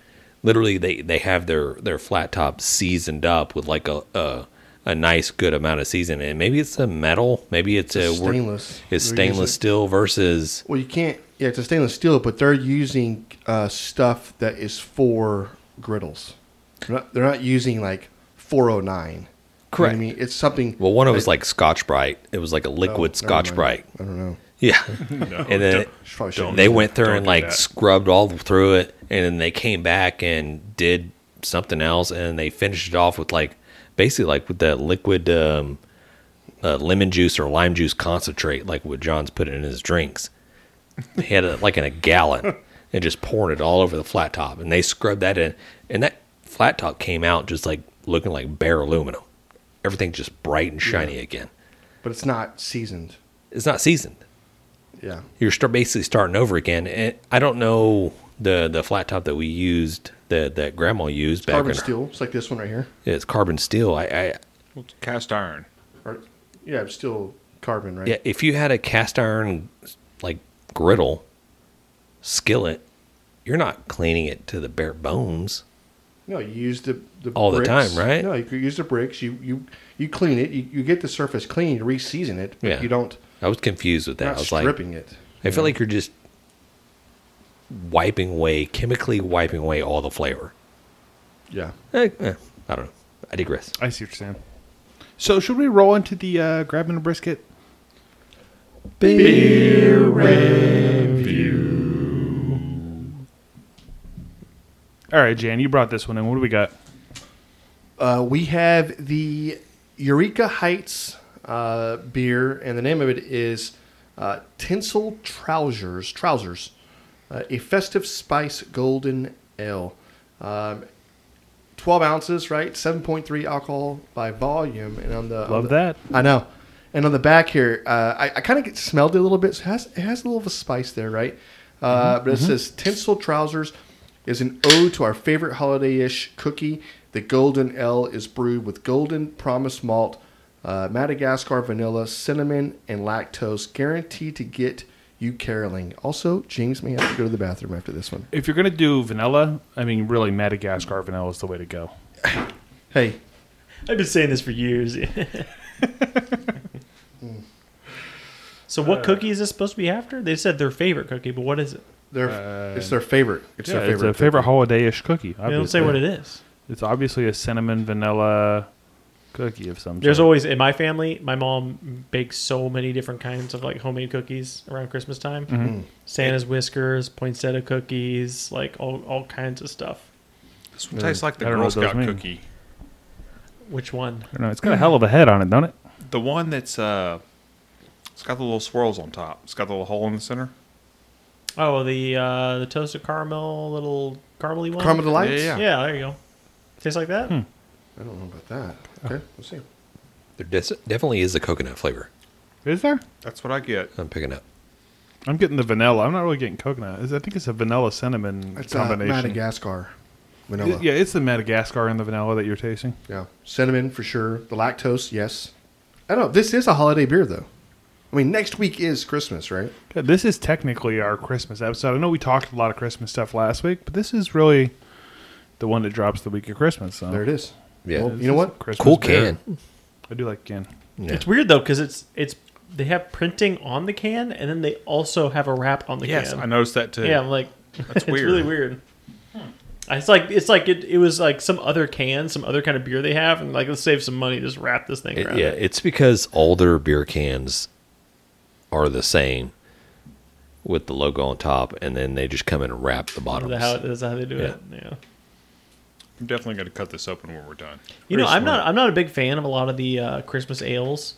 literally they, they have their, their flat top seasoned up with like a, a a nice good amount of seasoning. And maybe it's a metal, maybe it's,
It's
a we're-
stainless.
It's
We're
stainless
using-
steel versus
Well, you can't. Yeah, it's a stainless steel, but they're using uh, stuff that is for griddles. They're not, they're not using like 409. You know what
Correct.
I mean, it's something.
Well, one of was like Scotch Brite. It was like a
Oh,
liquid
never
Scotch
mind.
Brite.
I don't know.
Yeah.
No,
and then
don't-
Should probably shouldn't.
they went through and
do
like
that.
scrubbed all through it, and then they came back and did something else, and they finished it off with like basically like with that liquid um, uh, lemon juice or lime juice concentrate, like what John's putting in his drinks. He had it like in a gallon and just pouring it all over the flat top, and they scrubbed that in, and that flat top came out just like looking like bare aluminum. everything just bright and shiny again.
but it's not seasoned.
It's not seasoned.
Yeah.
You're start basically starting over again. And I don't know the the flat top that we used that that grandma used back
Carbon
in her-
steel. It's like this one right here.
It's carbon steel. I, I
Well, it's cast iron.
Or, yeah, it's still carbon, right?
yeah, if you had a cast iron like griddle skillet, you're not cleaning it to the bare bones.
No, you use the, the
All the
bricks.
time, right?
No, you could use the bricks. You you you clean it. You, you get the surface clean. You reseason it. but
Yeah.
You don't.
I was confused with that.
you're
I
Not
was like,
stripping it.
I feel like you're just wiping away, chemically wiping away all the flavor.
Yeah.
Eh, eh, I don't know. I digress.
I see what you're saying. So should we roll into the uh, grabbing a brisket? Beer review. All right, Jan, you brought this one in. What do we got?
Uh, we have the Eureka Heights uh, beer, and the name of it is uh, Tinsel Trousers. Trousers, uh, a festive spice golden ale. Um, Twelve ounces, right? Seven point three alcohol by volume, and on the on
Love
the-
that.
I know. And on the back here, uh, I, I kind of get smelled it a little bit. So it has, it has a little of a spice there, right? Uh,
Mm-hmm,
But it says tinsel trousers is an ode to our favorite holiday-ish cookie. The golden L is brewed with golden promise malt, uh, Madagascar vanilla, cinnamon, and lactose, guaranteed to get you caroling. Also, James may have to go to the bathroom after this one.
If you're gonna do vanilla, I mean, really Madagascar vanilla is the way to go.
Hey,
I've been saying this for years. so,
Uh,
what cookie is this supposed to be after? They said their favorite cookie, but what is it?
their it's their favorite. It's
Uh, Yeah,
their favorite.
it's a favorite holiday-ish cookie.
They don't say what it is.
It's obviously a cinnamon vanilla cookie of some
There's
sort.
always in my family. My mom bakes so many different kinds of like homemade cookies around Christmas time.
Mm-hmm.
Santa's whiskers, poinsettia cookies, like all all kinds of stuff.
This one tastes like the
I don't
Girl
know what those
Scout
mean.
cookie.
Which one?
I don't know, it's got a hell of a head on it, don't it?
The one that's uh, it's got the little swirls on top. It's got the little hole in the center.
Oh, the uh, the toasted caramel, little caramelly one.
Caramel delights.
Yeah, yeah,
Yeah, there you go. Tastes like that.
Hmm.
I don't know about that. Okay, we'll see.
There des- definitely is a coconut flavor
Is there?
That's what I get.
I'm picking up.
I'm getting the vanilla. I'm not really getting coconut. It's- I think it's a vanilla cinnamon
It's uh,
combination.
Madagascar vanilla.
It- yeah, it's the Madagascar and the vanilla that you're tasting.
Yeah, cinnamon for sure. The lactose, yes. I don't know. This is a holiday beer, though. I mean, next week is Christmas, right?
Yeah, this is technically our Christmas episode. I know we talked a lot of Christmas stuff last week, but this is really the one that drops the week of Christmas. So.
There it is.
Yeah.
Well,
This
you know
is
what?
Christmas
Cool
beer.
can.
I do like can.
Yeah.
It's weird though because it's it's they have printing on the can and then they also have a wrap on the
Yes,
can.
I noticed that too.
Yeah, I'm like
That's
it's
weird.
really weird. It's like it's like it, it was like some other can, some other kind of beer they have, and like let's save some money, just wrap this thing
It-
around.
yeah,
it.
it's because all their beer cans are the same with the logo on top, and then they just come in and wrap the
Is
bottoms.
that how, is that how they do it? Yeah.
I'm definitely going to cut this open when we're done.
You know,
Pretty
I'm
smart.
not I'm not a big fan of a lot of the uh, Christmas ales,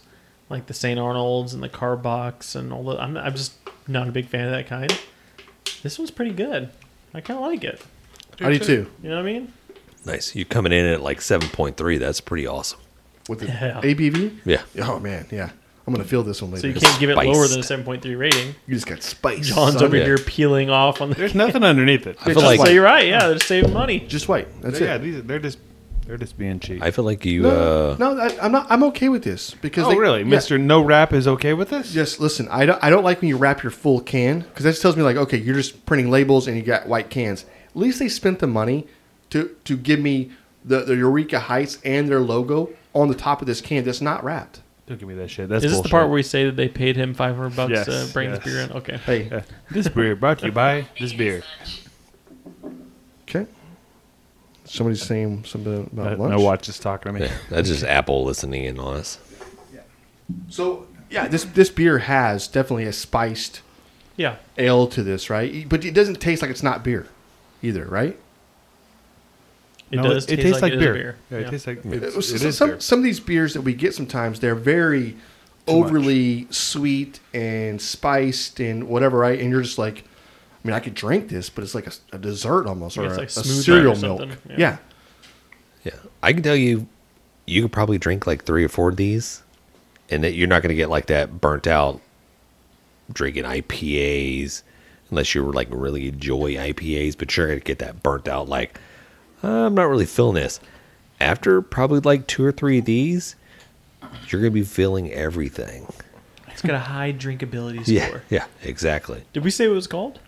like the St. Arnold's and the Carbox and all that. I'm, not- I'm just not a big fan of that kind. This one's pretty good. I kind of like it.
I do too.
You know what I mean?
nice. You coming in at like seven point three? That's pretty awesome.
With the
Yeah.
ABV?
Yeah.
Oh, man. Yeah. I'm going to feel this one
So
later.
you can't give it lower than a
Spiced.
7.3 rating.
You just got spice.
John's
son.
over
Yeah.
here peeling off on the.
There's nothing underneath it.
It's
I feel
just
like
so you're right. Yeah, they're saving money.
Just white. That's
yeah,
it.
these are, they're just they're just being cheap.
I feel like you.
No,
uh,
no I, I'm not. I'm okay with this because.
oh,
they-
really?
yeah.
Mister No Wrap is okay with this?
Yes, listen. I don't. I don't like when you wrap your full can because that just tells me like, okay, you're just printing labels and you got white cans. At least they spent the money to to give me the, the Eureka Heights and their logo on the top of this can that's not wrapped.
Don't give me that shit. That's
Is this
bullshit.
the part where we say that they paid him 500 bucks
Yes,
to bring
yes.
this beer in? Okay.
Hey,
Yeah. this beer brought to you by this beer?
okay. Somebody's saying something about lunch.
Uh, No watch is talking to me.
yeah, that's just Apple listening in on us.
So yeah, this this beer has definitely a spiced
Yeah.
ale to this, right? But it doesn't taste like it's not beer, either, right?
It
No,
does. taste like, it is beer.
Yeah, it tastes like it's,
So-
it
so-
is
some
beer.
some of these beers that we get sometimes they're very overly sweet and spiced and whatever, right? And you're just like, I mean, I could drink this, but it's like a, a dessert almost, or
it's
a,
like
a
smoothie or
cereal milk.
something,
Yeah.
yeah.
Yeah, I can tell you, you could probably drink like three or four of these, and that you're not going to get like that burnt out drinking IPAs unless you were like really enjoy IPAs, but you're going to get that burnt out like "Uh, I'm not really feeling this. After probably like two or three of these, you're going to be feeling everything.
It's got a high drinkability score.
Yeah, yeah, exactly.
Did we say what it was called?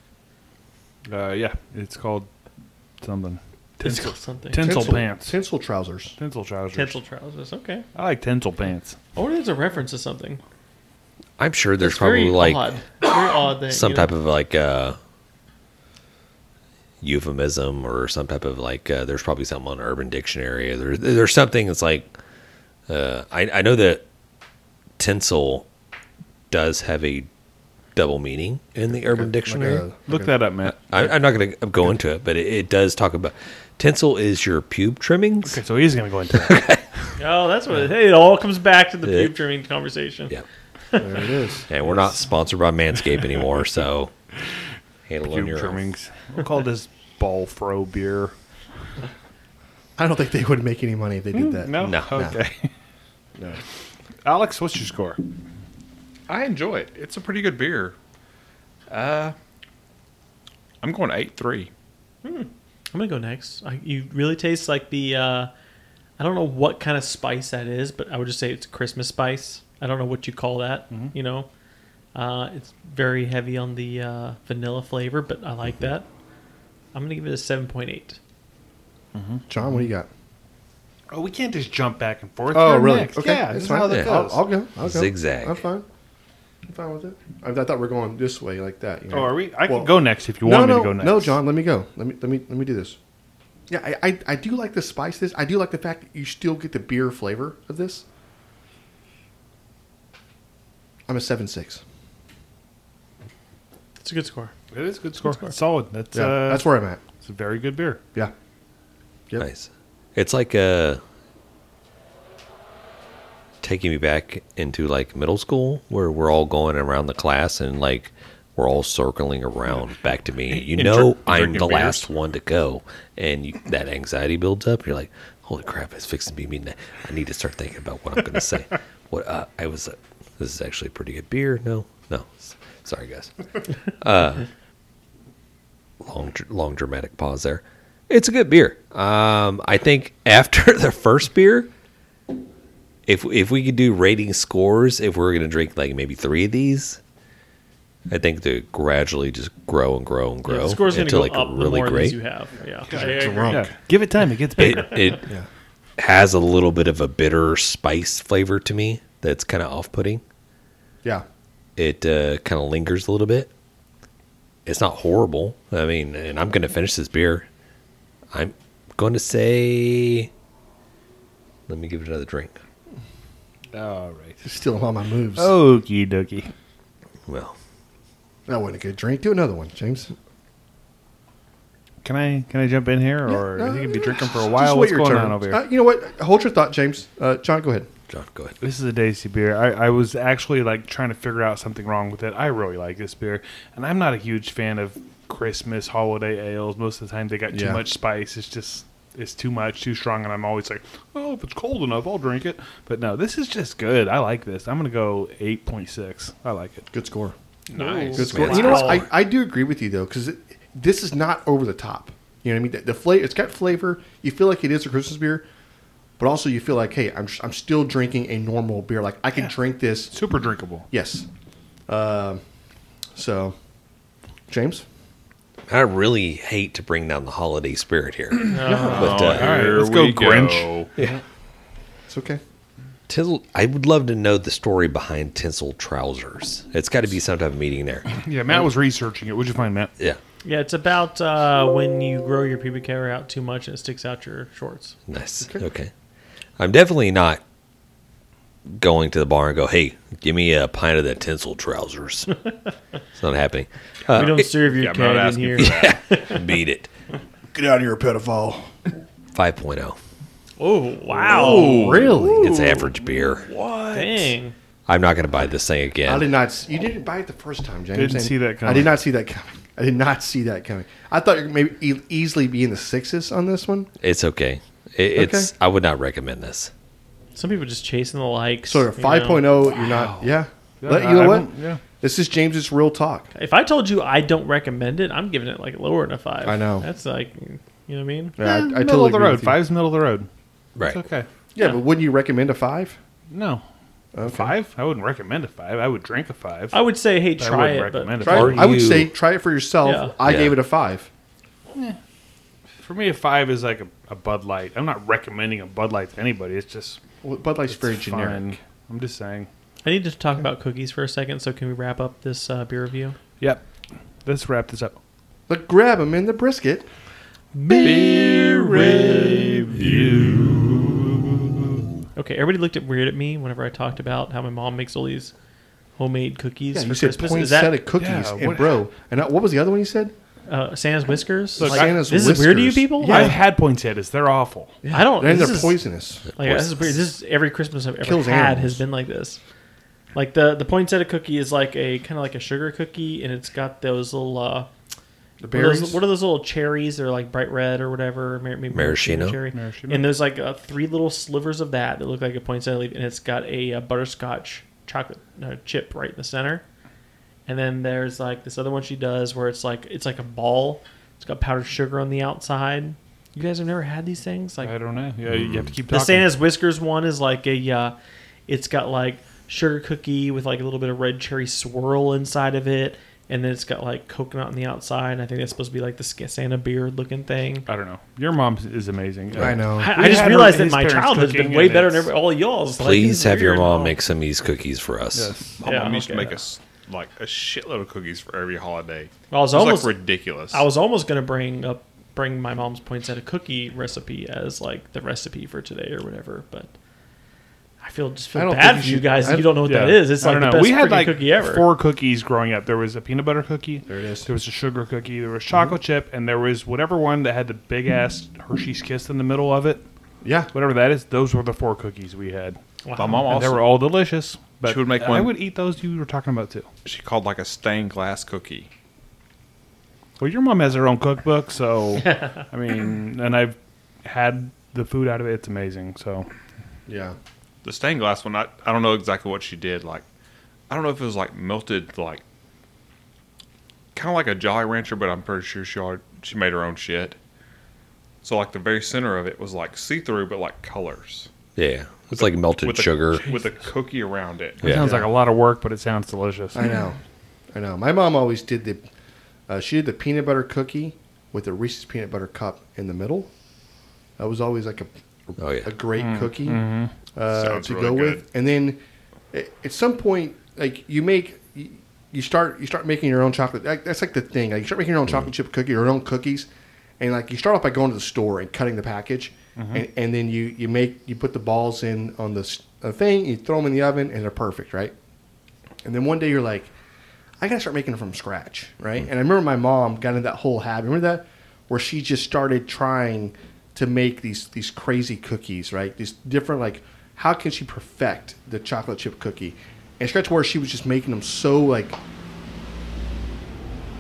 Uh, yeah, it's called something.
It's called something.
Tinsel, pants. Tinsel,
Tinsel trousers.
trousers.
Tinsel trousers. Okay.
I like tinsel pants.
I wonder if it's a reference to something.
I'm sure there's
It's
probably
very
like
odd. It's very odd that,
some
you know,
type of like uh euphemism or some type of like uh, there's probably something on urban dictionary there, there's something that's like uh I, I know that tinsel does have a double meaning in the urban dictionary
Like a-
Look that up, Matt.
I, i'm not gonna go into it but it, it does talk about tinsel is your pube trimmings
Okay, so he's gonna go into that.
Oh, that's what. Hey, it all comes back to the
Yeah.
pube trimming conversation.
yeah
there it is.
and we're not sponsored by manscaped anymore so handle on
Pube
your own.
trimmings. We'll call this ball fro beer.
I don't think they would make any money if they did that.
Hmm,
Hmm.
No.
No, okay.
No.
Alex, what's your score?
I enjoy it. It's a pretty good beer. Uh, I'm going eight three.
I'm gonna go next. I, you really taste like the. Uh, I don't know what kind of spice that is, but I would just say it's Christmas spice. I don't know what you call that.
Mm-hmm.
You know, uh, it's very heavy on the uh, vanilla flavor, but I like that. I'm gonna give it a seven point eight.
John, what do you got?
Oh, we can't just jump back and forth.
Oh,
You're
really?
next.
Okay,
Yeah,
that's
this is
fine.
how that
I'll,
goes.
I'll go. I'll go.
Zigzag.
I'm fine. I'm fine with it. I, I thought we are going this way, like that. You know?
oh, are we? I
Well-
can go next if you
no,
want
no,
me to go next.
no, John. Let me go. Let me let me let me do this. Yeah, I, I, I do like the spice. This I do like the fact that you still get the beer flavor of this. I'm a seven six.
It's a good score.
It is a good score. It's solid. That's
Yeah,
uh,
that's where I'm at.
it's a very good beer.
Yeah, Yep.
Nice. It's like uh, taking me back into like middle school where we're all going around the class and like we're all circling around back to me. You
And
know,
drink-
I'm
drinking
the
beers.
last one to go, and you, that anxiety builds up. You're like, "Holy crap, it's fixing to be me." I need to start thinking about what I'm going to say. What uh, I was. Uh, this is actually a pretty good beer. No, no, S- sorry guys. long dr- long dramatic pause there. It's a good beer. Um, I think after the first beer, if if we could do rating scores, if we're gonna drink like maybe three of these, I think to gradually just grow and grow and
Yeah,
grow
the score's gonna
until
go
like
up the
really
more of these
great.
you have. Yeah.
drunk.
Yeah, give it time. It gets
It
better.
it
Yeah.
has a little bit of a bitter spice flavor to me that's kind of off putting.
yeah.
it uh, kind of lingers a little bit. It's not horrible. I mean, and I'm going to finish this beer. I'm going to say, let me give it another drink.
All right.
Stealing all my moves.
Oh. Okie dokie.
Well,
that wasn't a good drink. Do another one, James.
Can I can I jump in here, or
Yeah,
I think
no,
you'd be drinking for a
Just
while?
wait
What's
your
going
turn.
on over here?
Uh, you know what? Hold your thought, James. Uh, John, go ahead.
John, go ahead.
This is a Daisy beer. I, I was actually like trying to figure out something wrong with it. I really like this beer, and I'm not a huge fan of Christmas holiday ales. Most of the time, they got too
Yeah.
much spice. It's just it's too much, too strong, and I'm always like, oh, if it's cold enough, I'll drink it. But no, this is just good. I like this. I'm gonna go eight point six. I like it.
Good score.
Nice.
Good score.
Man,
you know
that's
what? I, I do agree with you though, because this is not over the top. You know what I mean? The, the flavor, it's got flavor. You feel like it is a Christmas beer, but also you feel like, hey, I'm I'm still drinking a normal beer. Like I can drink this.
Super drinkable.
Yes. Um, so, James,
I really hate to bring down the holiday spirit here. but
Oh,
uh,
here
let's go,
we
Grinch.
it's okay.
tinsel, I would love to know the story behind tinsel trousers. It's got to be some type of meeting there.
Yeah, Matt was researching it. What'd you find, Matt?
Yeah,
Yeah, it's about uh, when you grow your pubic hair out too much and it sticks out your shorts.
nice. Okay. I'm definitely not going to the bar and go, hey, give me a pint of that tinsel trousers. it's not happening.
we don't serve your
yeah, I'm not
keg in
asking
here.
for
Beat it.
Get out of here, pedophile.
5.0.
Oh wow!
really?
It's average beer.
What?
Dang.
I'm not going to buy this thing
I
again.
did not. s- You didn't buy it the first time, James.
Didn't
And
see that
I
coming.
did not see that coming. I did not see that coming. I thought you maybe e- easily be in the sixes on this one.
It's okay. It, it's I would not recommend this.
Some people just chasing the likes.
So at
you
5.0,
know.
you're not. Yeah.
Yeah,
Let-
I-
you know
I
what?
don't- Yeah.
This is James's real talk.
If I told you I don't recommend it, I'm giving it like lower than a five.
I know.
That's like, you know what I mean?
Yeah, I- I,
Eh, middle
totally
of the
agree
road.
with you.
Five's middle of the road.
Right.
It's okay.
Yeah,
Yeah.
but wouldn't you recommend a five?
No.
Okay.
Five? I wouldn't recommend a five. I would drink a five.
I would say, hey,
but I
try
wouldn't
it, but
recommend a
Try
five.
it. I would
you-
say try it for yourself.
Yeah.
I
Yeah.
gave it a five.
For me, a five is like a, a Bud Light. I'm not recommending a Bud Light to anybody. It's just
Well, Bud Light's very
it's
generic.
fine. I'm just saying.
I need to talk about cookies for a second. So can we wrap up this uh, beer review?
Yep. Let's wrap this up.
But grab them in the brisket.
Beer review.
Okay, everybody looked at weird at me whenever I talked about how my mom makes all these homemade cookies
Yeah,
for
you said
Christmas. Is
poinsettia
that
cookies,
Yeah,
and
what-
bro, and uh, what was the other one you said?
uh, Santa's whiskers?
Look,
Santa's
this is weird to you
whiskers.
people?
Yeah.
I've had poinsettias. They're awful.
I don't.
And
this
they're
is-
poisonous.
Like this is weird. This is every Christmas I've ever
Kills
had
animals.
has been like this. Like the the poinsettia cookie is like a kind of like a sugar cookie, and it's got those little uh,
The
what are those-
berries.
What are those little cherries? They're like bright red or whatever. mar- maybe
Maraschino?
cherry.
Maraschino.
And there's like uh, three little slivers of that that look like a poinsettia leaf, and it's got a, uh butterscotch chocolate uh, chip right in the center. And then there's like this other one she does where it's like it's like a ball. It's got powdered sugar on the outside. You guys have never had these things? Like
I don't know. Yeah, you have to keep
the
talking.
Santa's Whiskers one is like a, uh, it's got like sugar cookie with like a little bit of red cherry swirl inside of it, and then it's got like coconut on the outside. And I think that's supposed to be like the Sk- Santa beard looking thing.
I don't know. Your mom is amazing.
I know.
I, I
We
just
had
realized
her-
that
his
my
parents
childhood's been
cooking
way
and
better than
it's-
every, all y'all's. Like,
Please
these
have your
weird-
mom make some of these cookies for us.
Yes.
My
Yeah,
mom used to
okay.
make us like a shitload of cookies for every holiday.
I was
it was
almost-
like ridiculous.
I was almost gonna bring up bring my mom's poinsettia cookie recipe as like the recipe for today or whatever, but. I feel just
I
feel
don't
bad
think
for
you
you
should-
guys.
I-
you don't know what
Yeah.
that is. It's
I
like the
don't know.
best
we had
freaking
like
cookie ever.
four cookies growing up. There was a peanut butter cookie. There
it is.
There was a sugar cookie. There was chocolate chip, and there was whatever one that had the big ass Hershey's Kiss in the middle of it.
Yeah.
Whatever that is, those were the four cookies we had.
my mom
And
also
they were all delicious. But
She would make
I
one-
would eat those you were talking about too.
she called like a stained glass cookie.
Well, your mom has her own cookbook, so I mean, and I've had the food out of it. It's amazing. So
Yeah.
The stained glass one, I, I don't know exactly what she did. Like, I don't know if it was like melted, like kind of like a Jolly Rancher, but I'm pretty sure she al- she made her own shit. So like the very center of it was like see through, but like colors
Yeah. It's like melted
with
sugar.
a, with a cookie around it.
it
Yeah.
sounds like a lot of work, but it sounds delicious.
I know. I know. My mom always did the, uh, she did the peanut butter cookie with a Reese's peanut butter cup in the middle. That was always like a,
Oh, yeah.
a great cookie uh,
Sounds
to
really
go
good.
with. And then a- at some point, like you make, you, you start you start making your own chocolate. Like, that's like the thing. Like you start making your own
Mm.
chocolate chip cookie, your own cookies, and like you start off by going to the store and cutting the package, and, and then you you make you put the balls in on the s- uh, thing, you throw them in the oven, and they're perfect, right? And then one day you're like, I gotta start making them from scratch, right? And I remember my mom got into that whole habit. Remember that where she just started trying to make these these crazy cookies, right? These different like how can she perfect the chocolate chip cookie? And scratch where she was just making them so like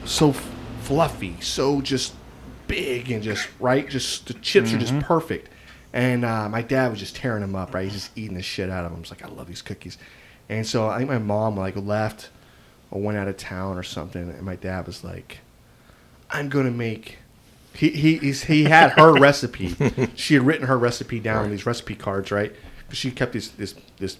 so f- fluffy, so just big and just right, just the chips are
Mm-hmm.
just perfect. And uh, my dad was just tearing them up, right? He's just eating the shit out of them. He's like, I love these cookies. And so I think my mom like left or went out of town or something, and my dad was like, I'm gonna make. He he he's, he had her recipe. She had written her recipe down on these recipe cards, right? But she kept this this this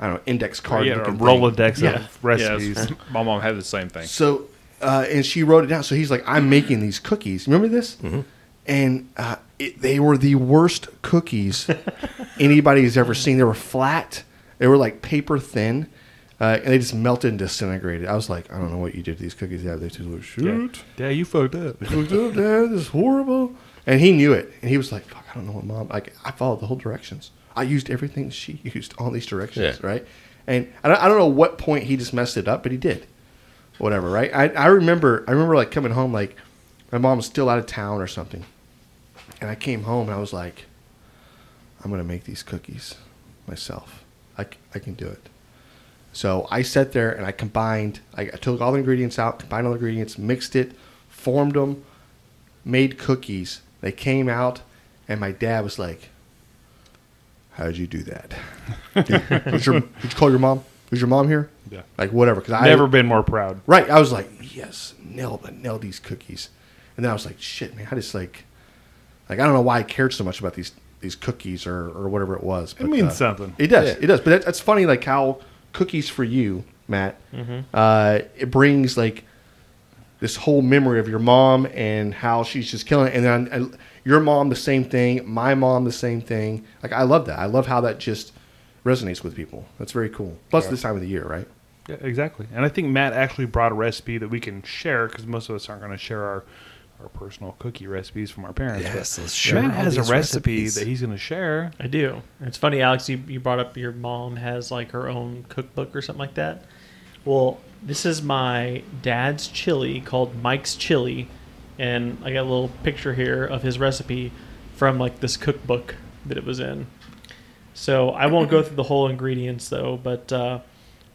I don't know index card.
Yeah, a
looking thing.
Rolodex
Yeah.
of recipes.
Yeah, my mom had the same thing.
So, uh, and she wrote it down. So he's like, I'm making these cookies. Remember this? And uh, it, they were the worst cookies anybody's ever seen. They were flat, they were like paper thin, uh, and they just melted and disintegrated. I was like, I don't know what you did to these cookies. Yeah, they just were
Yeah.
shoot.
yeah, you fucked up.
Looked up, Dad, this is horrible. And he knew it. And he was like, fuck, I don't know what mom, like, I followed the whole directions. I used everything she used on these directions,
Yeah.
right? And I don't, I don't know what point he just messed it up, but he did. Whatever, right? I, I remember, I remember like coming home, like, my mom was still out of town or something. And I came home and I was like, I'm going to make these cookies myself. I, c- I can do it. So I sat there and I combined, I took all the ingredients out, combined all the ingredients, mixed it, formed them, made cookies. They came out, and my dad was like, How'd you do that? Did, did your, did you call your mom? Was your mom here?
Yeah.
Like whatever. Because I
Never been more proud.
Right. I was like, yes, nail but nail these cookies. And then I was like, shit, man, I just like like I don't know why I cared so much about these these cookies or or whatever it was. But,
means
uh,
something.
It does. It does. But that, that's funny, like how cookies for you, Matt, uh, it brings like this whole memory of your mom and how she's just killing it. And then and your mom, the same thing. My mom, the same thing. Like, I love that. I love how that just resonates with people. That's very cool. Plus, this time of the year, right?
Yeah, exactly. And I think Matt actually brought a recipe that we can share because most of us aren't going to share our, our personal cookie recipes from our parents. but
Yes, let's share
Matt
all
has a
these
recipe
recipes.
that he's going to share.
I do. It's funny, Alex. You, you brought up your mom has like her own cookbook or something like that. Well, this is my dad's chili called Mike's Chili, and I got a little picture here of his recipe from like this cookbook that it was in. So I won't go through the whole ingredients though, but uh,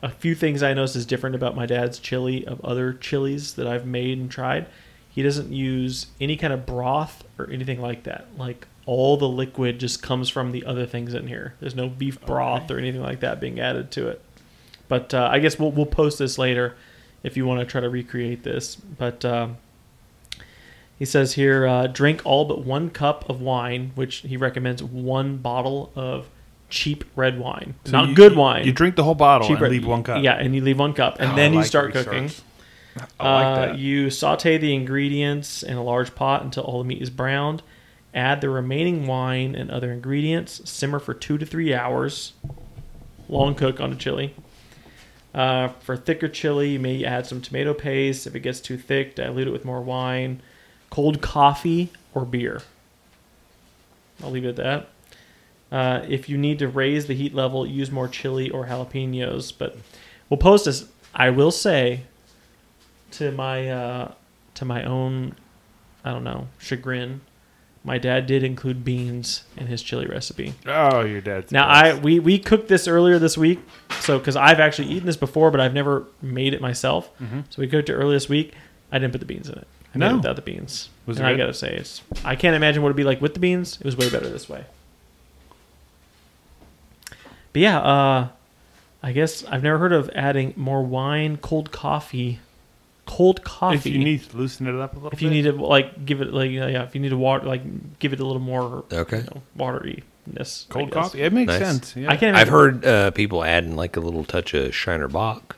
a few things I noticed is different about my dad's chili of other chilies that I've made and tried. He doesn't use any kind of broth or anything like that. Like all the liquid just comes from the other things in here. There's no beef broth or anything like that being added to it. But uh, I guess we'll we'll post this later if you want to try to recreate this. But um, he says here, uh, drink all but one cup of wine, which he recommends one bottle of cheap red wine,
So
not
you-
good
you-
wine.
You drink the whole bottle
cheap
and
red-
leave one cup.
Yeah, and you leave one cup, and
Oh, I
then you
like
start
research.
cooking.
I like
Uh,
that.
you saute the ingredients in a large pot until all the meat is browned. Add the remaining wine and other ingredients. Simmer for two to three hours. Long cook on the chili. Uh, for thicker chili, you may add some tomato paste. If it gets too thick, dilute it with more wine, cold coffee, or beer. I'll leave it at that. Uh, if you need to raise the heat level, use more chili or jalapenos. But we'll post this. I will say to my uh, to my own, I don't know, chagrin, my dad did include beans in his chili recipe.
Oh, your dad's
Now
best.
I we we cooked this earlier this week, so because I've actually eaten this before, but I've never made it myself. So we cooked it earlier this week. I didn't put the beans in it. I made
Mm-hmm. No.
it without the beans.
Was it
and I
good?
gotta say, it's I can't imagine what it'd be like with the beans. It was way better this way. But yeah, uh, I guess I've never heard of adding more wine, cold coffee, cold coffee.
if you need to loosen it up a little
if you
bit.
need to like give it like yeah, yeah, if you need to water like give it a little more
Okay.
you know, wateryness. I
cold
guess.
coffee, it makes
Nice.
sense. Yeah.
I can't.
I've
Imagine,
heard uh, people adding like a little touch of Shiner Bach.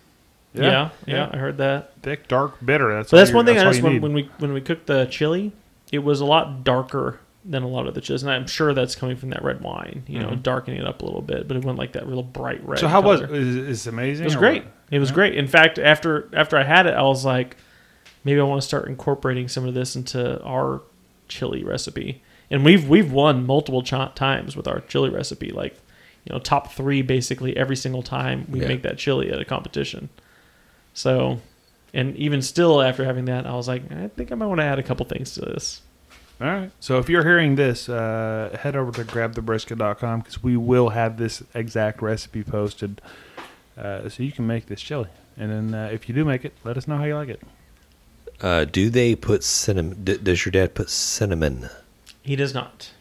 Yeah, yeah, I heard that.
Thick, dark, bitter. That's
But
all
that's
you-
one thing I
all
noticed
you
when,
need.
when we when we cooked the chili, it was a lot darker than a lot of the chilies, and I'm sure that's coming from that red wine, you know, darkening it up a little bit. But it went like that real bright red.
So how was
color.
is, is it amazing?
It was
or
great.
what?
It was great. In fact, after after I had it, I was like, maybe I want to start incorporating some of this into our chili recipe. And we've we've won multiple ch- times with our chili recipe, like you know, top three basically every single time we
Yeah.
make that chili at a competition. So, and even still after having that, I was like, I think I might want to add a couple things to this.
All right. So if you're hearing this, uh, head over to grabthebrisket.com because we will have this exact recipe posted, uh, so you can make this chili. And then uh, if you do make it, let us know how you like it.
Uh, do they put cinnamon? D- does your dad put cinnamon?
He does not.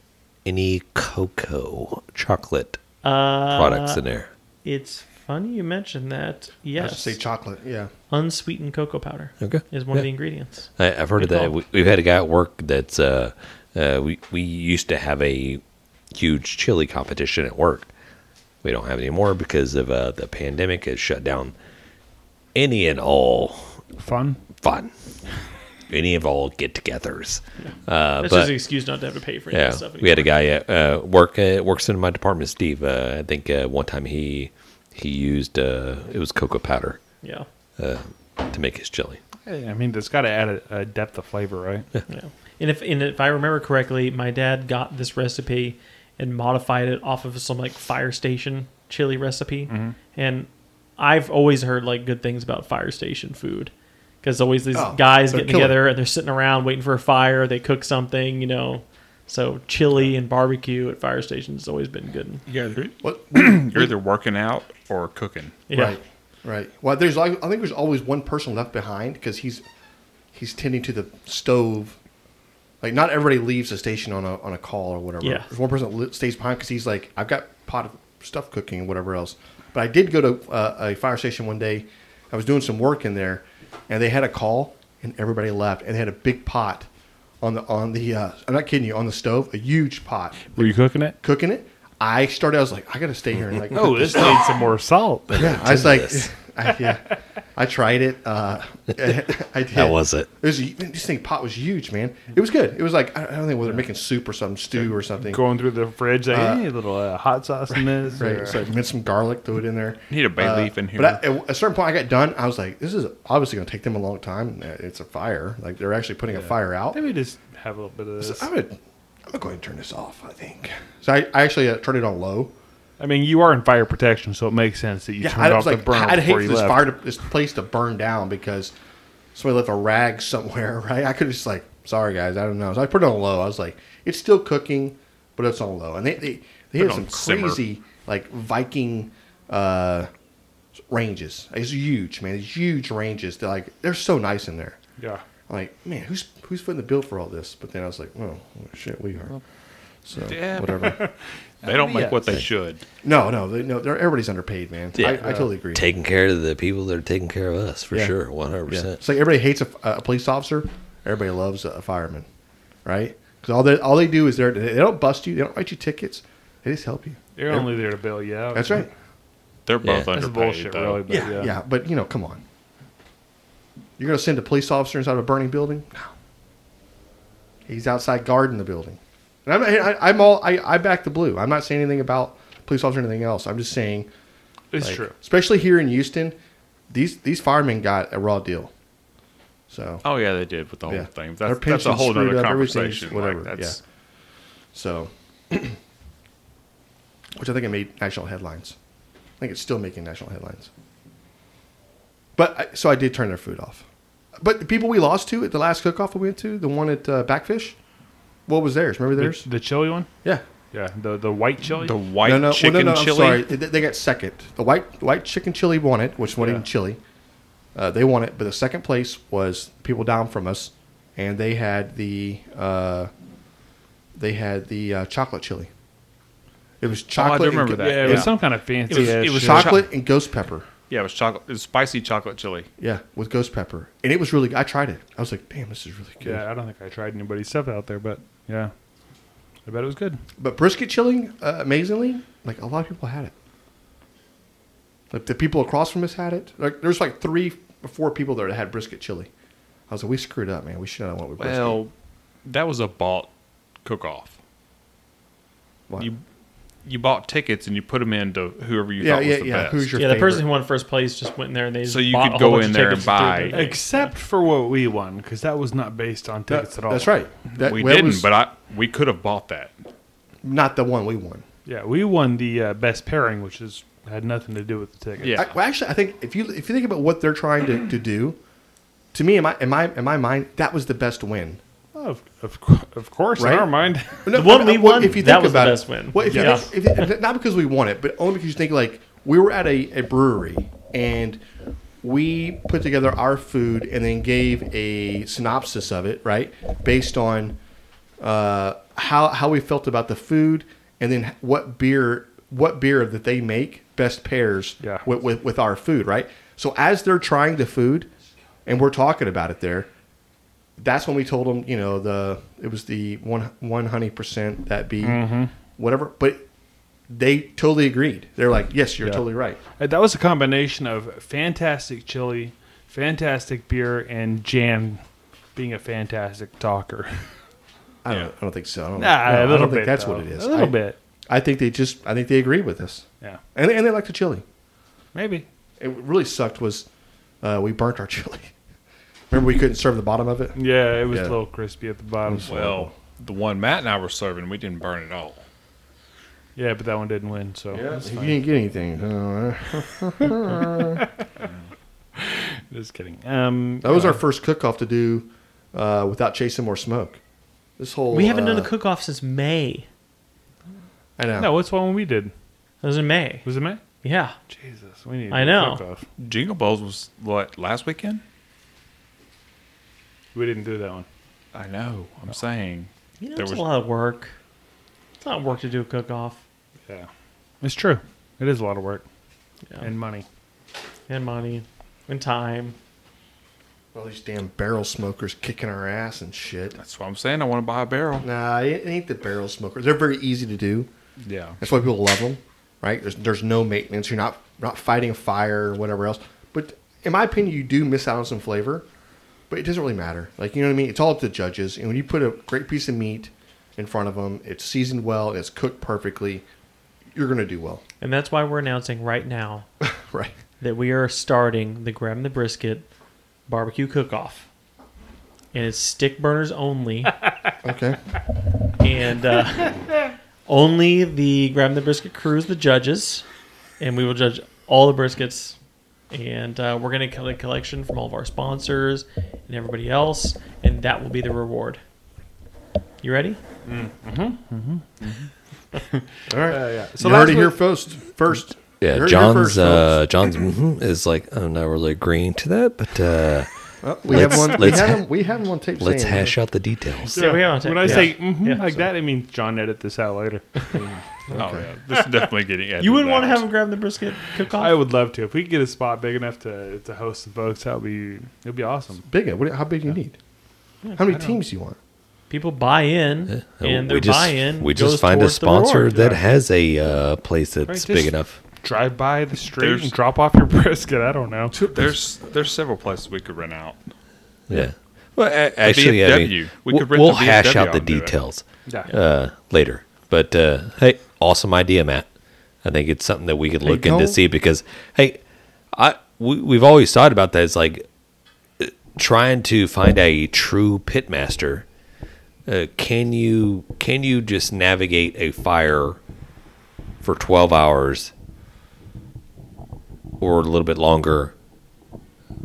Any cocoa, chocolate
Uh,
products in there?
It's funny you mentioned that.
I
Yes,
should say chocolate. Yeah.
unsweetened cocoa powder
Okay.
is one
Yeah.
of the ingredients.
I, I've heard of
Good
that.
call.
We, we've had a guy at work that's uh, uh, we we used to have a huge chili competition at work. We don't have any more because of uh, the pandemic has shut down any and all
Fun.
fun, any of all get-togethers.
That's
but-
just an excuse not to have to pay for any
Yeah,
of this stuff.
we had a
anymore.
guy at uh, work uh, works in my department, Steve. Uh, I think uh, one time he he used uh, it was cocoa powder uh,
Yeah.
to make his chili.
Hey, I mean, it's got to add a, a depth of flavor, right?
Yeah. And if and if I remember correctly, my dad got this recipe and modified it off of some like fire station chili recipe.
Mm-hmm.
And I've always heard like good things about fire station food because always these
Oh,
guys
they're
get
killer.
together and they're sitting around waiting for a fire. They cook something, you know. So chili and barbecue at fire stations has always been good.
Yeah, you're,
What?
you're either working out or cooking.
Yeah.
Right. Right. Well, there's like I think there's always one person left behind because he's he's tending to the stove. Like not everybody leaves the station on a on a call or whatever.
Yeah.
There's one person that li- stays behind because he's like I've got pot of stuff cooking and whatever else. But I did go to uh, a fire station one day. I was doing some work in there, and they had a call, and everybody left, and they had a big pot on the on the. Uh, I'm not kidding you. On the stove, a huge pot
Were you cooking it?
cooking it. I started. I was like, I gotta stay here and like.
Oh, this needs some more salt.
yeah. I was like,
This.
I, yeah. I tried it. Uh, I did.
That was it.
It was a- this thing pot was huge, man. It was good. It was like I I don't think whether making soup or something, stew or something.
Going through the fridge, like, hey, a little uh, hot sauce in this. or-
Right. So I made some garlic, threw it in there.
Need a bay leaf in
Uh, But I, at a certain point, I got done. I was like, this is obviously going to take them a long time. uh, It's a fire. Like they're actually putting a fire out.
Let me just have a little bit of this.
So I'm gonna, I'm gonna go ahead and turn this off. I think. So I, I actually uh, turned it on low.
I mean, you are in fire protection, so it makes sense that you
Yeah,
turned
I
off
was
the
like,
burner
I'd hate
before
for
you
this
left.
fire, to, this place to burn down because somebody left a rag somewhere, right? I could just like, sorry guys, I don't know. So I put it on low. I was like, it's still cooking, but it's on low. And they they, they
Put
had
it
some
on simmer.
crazy like Viking uh, ranges. It's huge, man. These huge ranges. They're like they're so nice in there.
yeah.
I'm like, man, who's who's footing the bill for all this? But then I was like, oh shit, we are. So
Yeah.
whatever.
They don't make what
Yes.
they should.
No, no, they, no. they're- Everybody's underpaid, man. I, I totally agree.
Taking care of the people that are taking care of us for
Yeah.
sure, one hundred
Yeah.
percent.
It's like everybody hates a, a police officer. Everybody loves a fireman, right? Because all they all they do is they're, they don't bust you. They don't write you tickets. They just help you.
They're
Yeah.
only there to bail you out.
That's right.
They're both
That's
underpaid.
That's bullshit,
though.
really. But
Yeah, yeah. But you know, come on. You're going to send a police officer inside of a burning building? No. He's outside guarding the building. And I'm, I, I'm all I, I back the blue. I'm not saying anything about police officer or anything else. I'm just saying
It's
like,
true.
Especially here in Houston, these these firemen got a raw deal. So
Oh yeah, they did with the whole
Yeah.
thing.
Their
That's, that's a
pension's
whole
screwed
other
up, everything's
conversation. Whatever.
whatever,
that's
so which I think it made national headlines. I think it's still making national headlines. But I, so I did turn their food off. But the people we lost to at the last cook-off we went to, the one at uh, Backfish, what was theirs? Remember
The,
theirs?
the chili one?
yeah.
Yeah. The the white chili?
the white
no, no, well,
chicken
no, no,
chili.
I'm sorry. They, they got second. The white white chicken chili won it, which wasn't
Yeah.
even chili. Uh, they won it, but the second place was people down from us, and they had the uh, they had the uh, chocolate chili. It was chocolate. and
Oh, remember
go-
that.
yeah, it
yeah.
was some kind of fancy.
It was-
ass
it was
shit.
chocolate.
chocolate and ghost pepper.
Yeah, it was chocolate. It was spicy chocolate chili.
Yeah, with ghost pepper, and it was really. I tried it. I was like, damn, this is really good.
Yeah, I don't think I tried anybody's stuff out there, but yeah. I bet it was good.
But brisket chili, uh, amazingly, like a lot of people had it. Like the people across from us had it. Like there's like three or four people there that had brisket chili. I was like, we screwed up, man. We should have went with brisket.
Well, that was a bought cook off.
What?
You you bought tickets and you put them into whoever you
yeah,
thought
yeah,
was the
yeah.
best.
Who's your
yeah, the person who
favorite?
won first place just went in there and they
So
just
you
bought
could
a whole
go
bunch
in
of
there and
tickets to do
buy-
it.
Except for what we won, because that was not based on
That-
tickets at all.
That's right. That,
we
well, it
didn't,
was
but I we could have bought that.
not the one we won.
Yeah, we won the uh, best pairing, which is had nothing to do with the tickets.
Yeah.
I, well, actually, I think if you if you think about what they're trying to, to do, to me, in my in my in my mind, that was the best win.
Oh, Of, of, cou- of course,
Right?
in our mind.
No,
The one
but-
we
well,
won, that was the best win.
Well, if you
Yeah.
think- if you- not because we won it, but only because you think like we were at a, a brewery and we put together our food and then gave a synopsis of it, right, based on uh, how how we felt about the food and then what beer what beer that they make best pairs
Yeah.
with, with with our food, right? So as they're trying the food, and we're talking about it there, that's when we told them, you know, the it was the one one hundred percent that be
Mm-hmm.
whatever. But they totally agreed. They're like, yes, you're
Yeah.
totally right.
Uh, That was a combination of fantastic chili, fantastic beer, and Jan being a fantastic talker.
I don't, I don't think so. I don't,
Nah,
no, I
a little
don't think
bit.
that's
though.
what it is.
A little
I,
bit.
I think they just. I think they agree with us,
Yeah,
and and they like the chili.
maybe.
It really sucked was uh, we burnt our chili. Remember, we couldn't serve the bottom of it.
Yeah, it was
Yeah.
a little crispy at the bottom.
Well, the one Matt and I were serving, we didn't burn it all.
yeah, but that one didn't win. So it's
you
fine.
didn't get anything. Uh,
just kidding. Um,
that was
uh,
our first cook-off to do uh, without chasing more smoke. This whole
We haven't
uh,
done a cook off since May.
I know.
No, what's one we did?
That was in May.
Was it May?
Yeah.
Jesus, we need.
I
a
know.
cook-off.
Jingle Bells was what last weekend?
We didn't do that one.
I know. I'm saying
You know,
There
it's
was-
a lot of work. It's a lot of work to do a cook off.
Yeah. It's true. It is a lot of work
Yeah.
and money.
and money and time.
All these damn barrel smokers kicking our ass and shit.
That's what I'm saying. I want to buy a barrel.
Nah, it ain't the barrel smokers. They're very easy to do.
Yeah.
That's why people love them, right? There's there's no maintenance. You're not not fighting a fire or whatever else. But in my opinion, you do miss out on some flavor, but it doesn't really matter. Like you know what I mean? It's all up to the judges. And when you put a great piece of meat in front of them, it's seasoned well, it's cooked perfectly. You're gonna do well,
And that's why we're announcing right now
right?
that we are starting the Grab and the Brisket barbecue cook off. And it's stick burners only.
Okay.
and uh, only the Grab and the Brisket crew is the judges. And we will judge all the briskets. And uh, we're going to collect a collection from all of our sponsors and everybody else. And that will be the reward. You ready?
All right. So
So
you heard
last
it here
week-
first. First. You
Yeah,
heard it here
John's
first,
uh, John's mhm is like I'm not really agreeing to that, but uh,
folks. we have
let's-
one. We
let's
have
ha-
him. We have him on tape.
let's
saying-
hash out the details.
Yeah, we are on tape.
When I
Yeah.
say mhm like that, it means John edit this out later.
Oh yeah. This is definitely getting.
You wouldn't want to have them grab the brisket cook off?
I would love to. If we could get a spot big enough to, to host the folks, that would be it'd be awesome.
Big. What, how big do you need? How many teams do you want?
People buy in, and their
Uh, we just
buy-in
we
goes
just find a
towards the
sponsor
reward.
that has a uh, place that's
Right,
big
just-
enough.
Drive by the street
There's-
and drop off your brisket. I don't know.
There's there's several places we could rent out.
Yeah. Well, a- actually, I
VFW.
mean,
We
we'll,
could rent
we'll
the
hash
VFW
out the
and do it.
details
Yeah.
uh, later. But uh, hey, awesome idea, Matt. I think it's something that we could look into
don't-
see because hey, I we, we've always thought about that. It's like uh, trying to find a true pit master. Uh, can you can you just navigate a fire for twelve hours or a little bit longer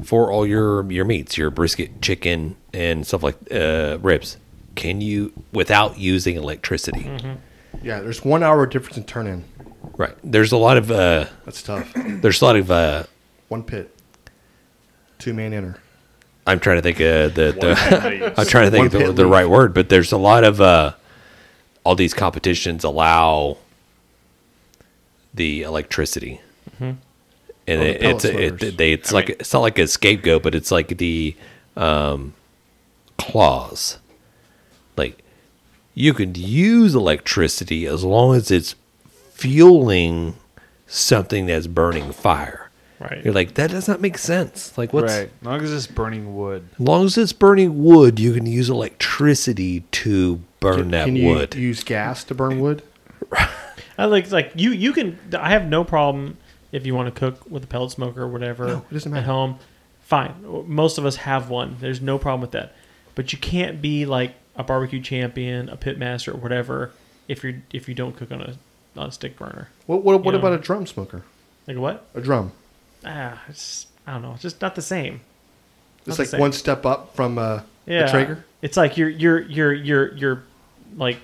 for all your your meats, your brisket, chicken, and stuff like uh, ribs. Can you without using electricity?
Yeah. There's one hour difference in turn in.
Right. There's a lot of uh,
That's tough.
there's a lot of uh,
One pit. Two man inner.
I'm trying to think of the, the I'm
I've
trying to think
One
of the,
pit
the
leaf.
right word, but there's a lot of uh, all these competitions allow the electricity, and
Oh, the
it, it's
pellet
it,
smokers.
they it's like it's not like a scapegoat, but it's like the um, clause, like you could use electricity as long as it's fueling something that's burning fire.
Right.
You're like that does not make sense. Like what's
Right. As long as it's burning wood.
as long as it's burning wood, you can use electricity to burn that
Can you
wood.
use gas to burn wood?
I like like you you can I have no problem if you want to cook with a pellet smoker or whatever
No, it doesn't matter.
at home. Fine. Most of us have one. There's no problem with that. But you can't be like a barbecue champion, a pit master or whatever if you're if you don't cook on a on a stick burner.
What what, what
Yeah.
about a drum smoker?
Like what?
A drum.
Ah, it's I don't know. It's just not the same. Not
It's
the
like
same.
one step up from uh,
Yeah.
a Traeger.
It's like you're you're you're you're you're like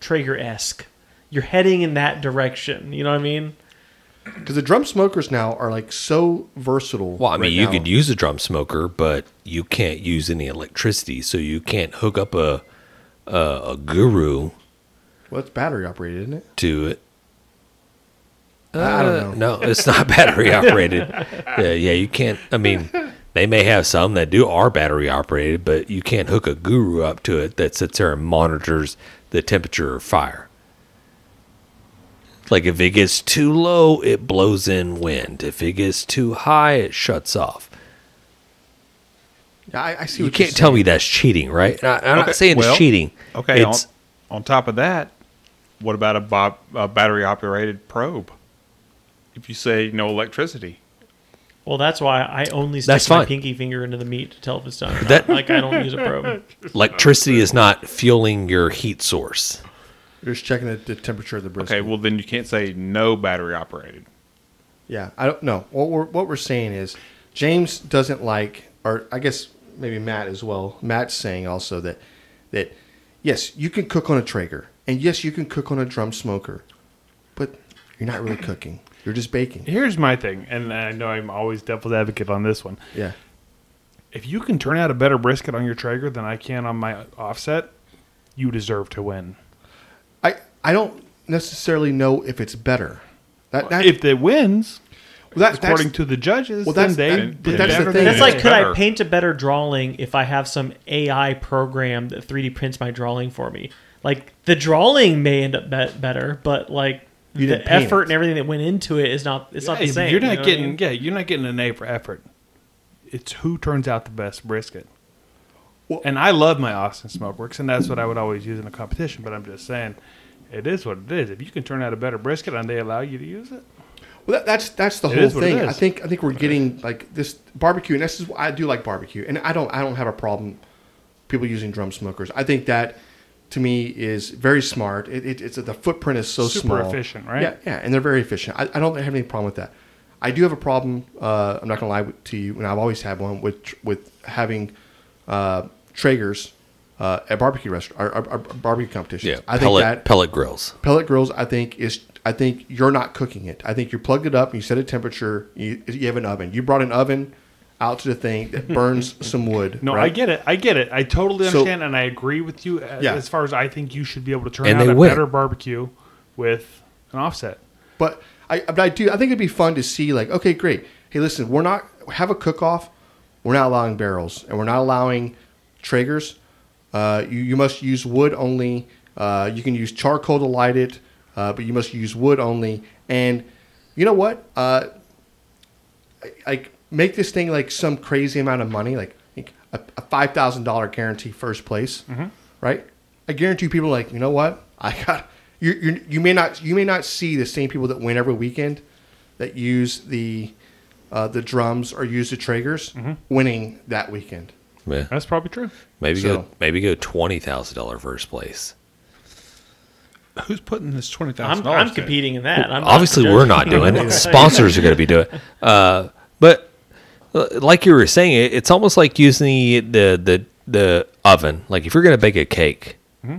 Traeger esque. You're heading in that direction. You know what I mean?
Because the drum smokers now are like so versatile.
well, I mean,
right
you
now.
could use a drum smoker, but you can't use any electricity, so you can't hook up a a, a guru
Well, it's battery operated, isn't it?
to it. Uh,
I don't know.
No, it's not battery operated. yeah, yeah, you can't. I mean, they may have some that do are battery operated, but you can't hook a guru up to it that sits there and monitors the temperature of fire. Like if it gets too low, it blows in wind. If it gets too high, it shuts off.
Yeah, I, I see.
You
what
can't
you're
tell
saying.
me that's cheating, right? I, am
Okay,
not saying
well,
it's cheating.
Okay. On,
it's
on top of that, what about a, bob, a battery operated probe? If you say no electricity,
Well, that's why I only stick
That's
my
fine.
pinky finger into the meat to tell if it's done. Or not.
That-
like I don't use a probe.
electricity is not fueling your heat source.
You're just checking the, the temperature of the brisket.
okay. Well, then you can't say no battery operated.
Yeah, I don't know. What we're what we're saying is James doesn't like, or I guess maybe Matt as well. Matt's saying also that that yes, you can cook on a Traeger, and yes, you can cook on a drum smoker, but you're not really cooking. You're just baking.
Here's my thing, and I know I'm always devil's advocate on this one.
Yeah.
If you can turn out a better brisket on your Traeger than I can on my offset, you deserve to win.
I I don't necessarily know if it's better. That, that,
If it wins,
that- that's-
according to the judges,
Well,
then
that's-
they
that- but
did
that's the
better
thing.
than
That's
Yeah.
like,
It's
could I
better.
paint a better drawing if I have some AI program that 3D prints my drawing for me? Like, the drawing may end up be- better, but like
You
the
didn't paint
effort
it.
and everything that went into it is not. It's not the
Yeah,
same.
You're not
you know what I
getting
mean?
yeah, you're not getting an A for effort. It's who turns out the best brisket.
Well-
and I love my Austin Smokeworks, and that's what I would always use in a competition. But I'm just saying, it is what it is. If you can turn out a better brisket and they allow you to use it,
Well, that, that's that's the
It
whole
is what it
thing.
is.
I think I think we're getting like this barbecue, and this is why I do like barbecue, and I don't I don't have a problem people using drum smokers. I think that to me is very smart. It, it, it's the footprint is so
Super
small.
efficient, right?
Yeah, yeah, and they're very efficient. I, I don't have any problem with that. I do have a problem. Uh, I'm not gonna lie to you, and I've always had one with tr- with having uh, Traegers uh, at barbecue restaurant or, or, or barbecue competitions.
Yeah,
I
pellet,
think that
pellet grills.
pellet grills i think is i think you're not cooking it i think you plugged it up and you set a temperature you, you have an oven you brought an oven out to the thing that burns some wood
no, I
right?
get it. I get it. I totally
So-
understand, and I agree with you a-
Yeah.
as far as I think you should be able to turn
And
out
they
a
win.
better barbecue with an offset.
but i but i do i think it'd be fun to see like okay great hey listen we're not have a cook off we're not allowing barrels and we're not allowing traegers uh, you, you must use wood only uh, you can use charcoal to light it uh, but you must use wood only and you know what uh, like make this thing like some crazy amount of money, like, like a, a five thousand dollar guarantee first place, right? I guarantee people are like you know what I got. You, you you may not you may not see the same people that win every weekend that use the uh, the drums or use the Traegers winning that weekend.
Yeah.
That's probably true.
Maybe go
So-
maybe go twenty thousand dollar first place.
Who's putting this twenty thousand
I'm,
dollars?
I'm competing in that. I'm not
Obviously, we're
judging.
not doing it. Sponsors are going to be doing it. Uh, but uh, like you were saying, it, it's almost like using the the the, the oven. Like if you're going to bake a cake,
Mm-hmm.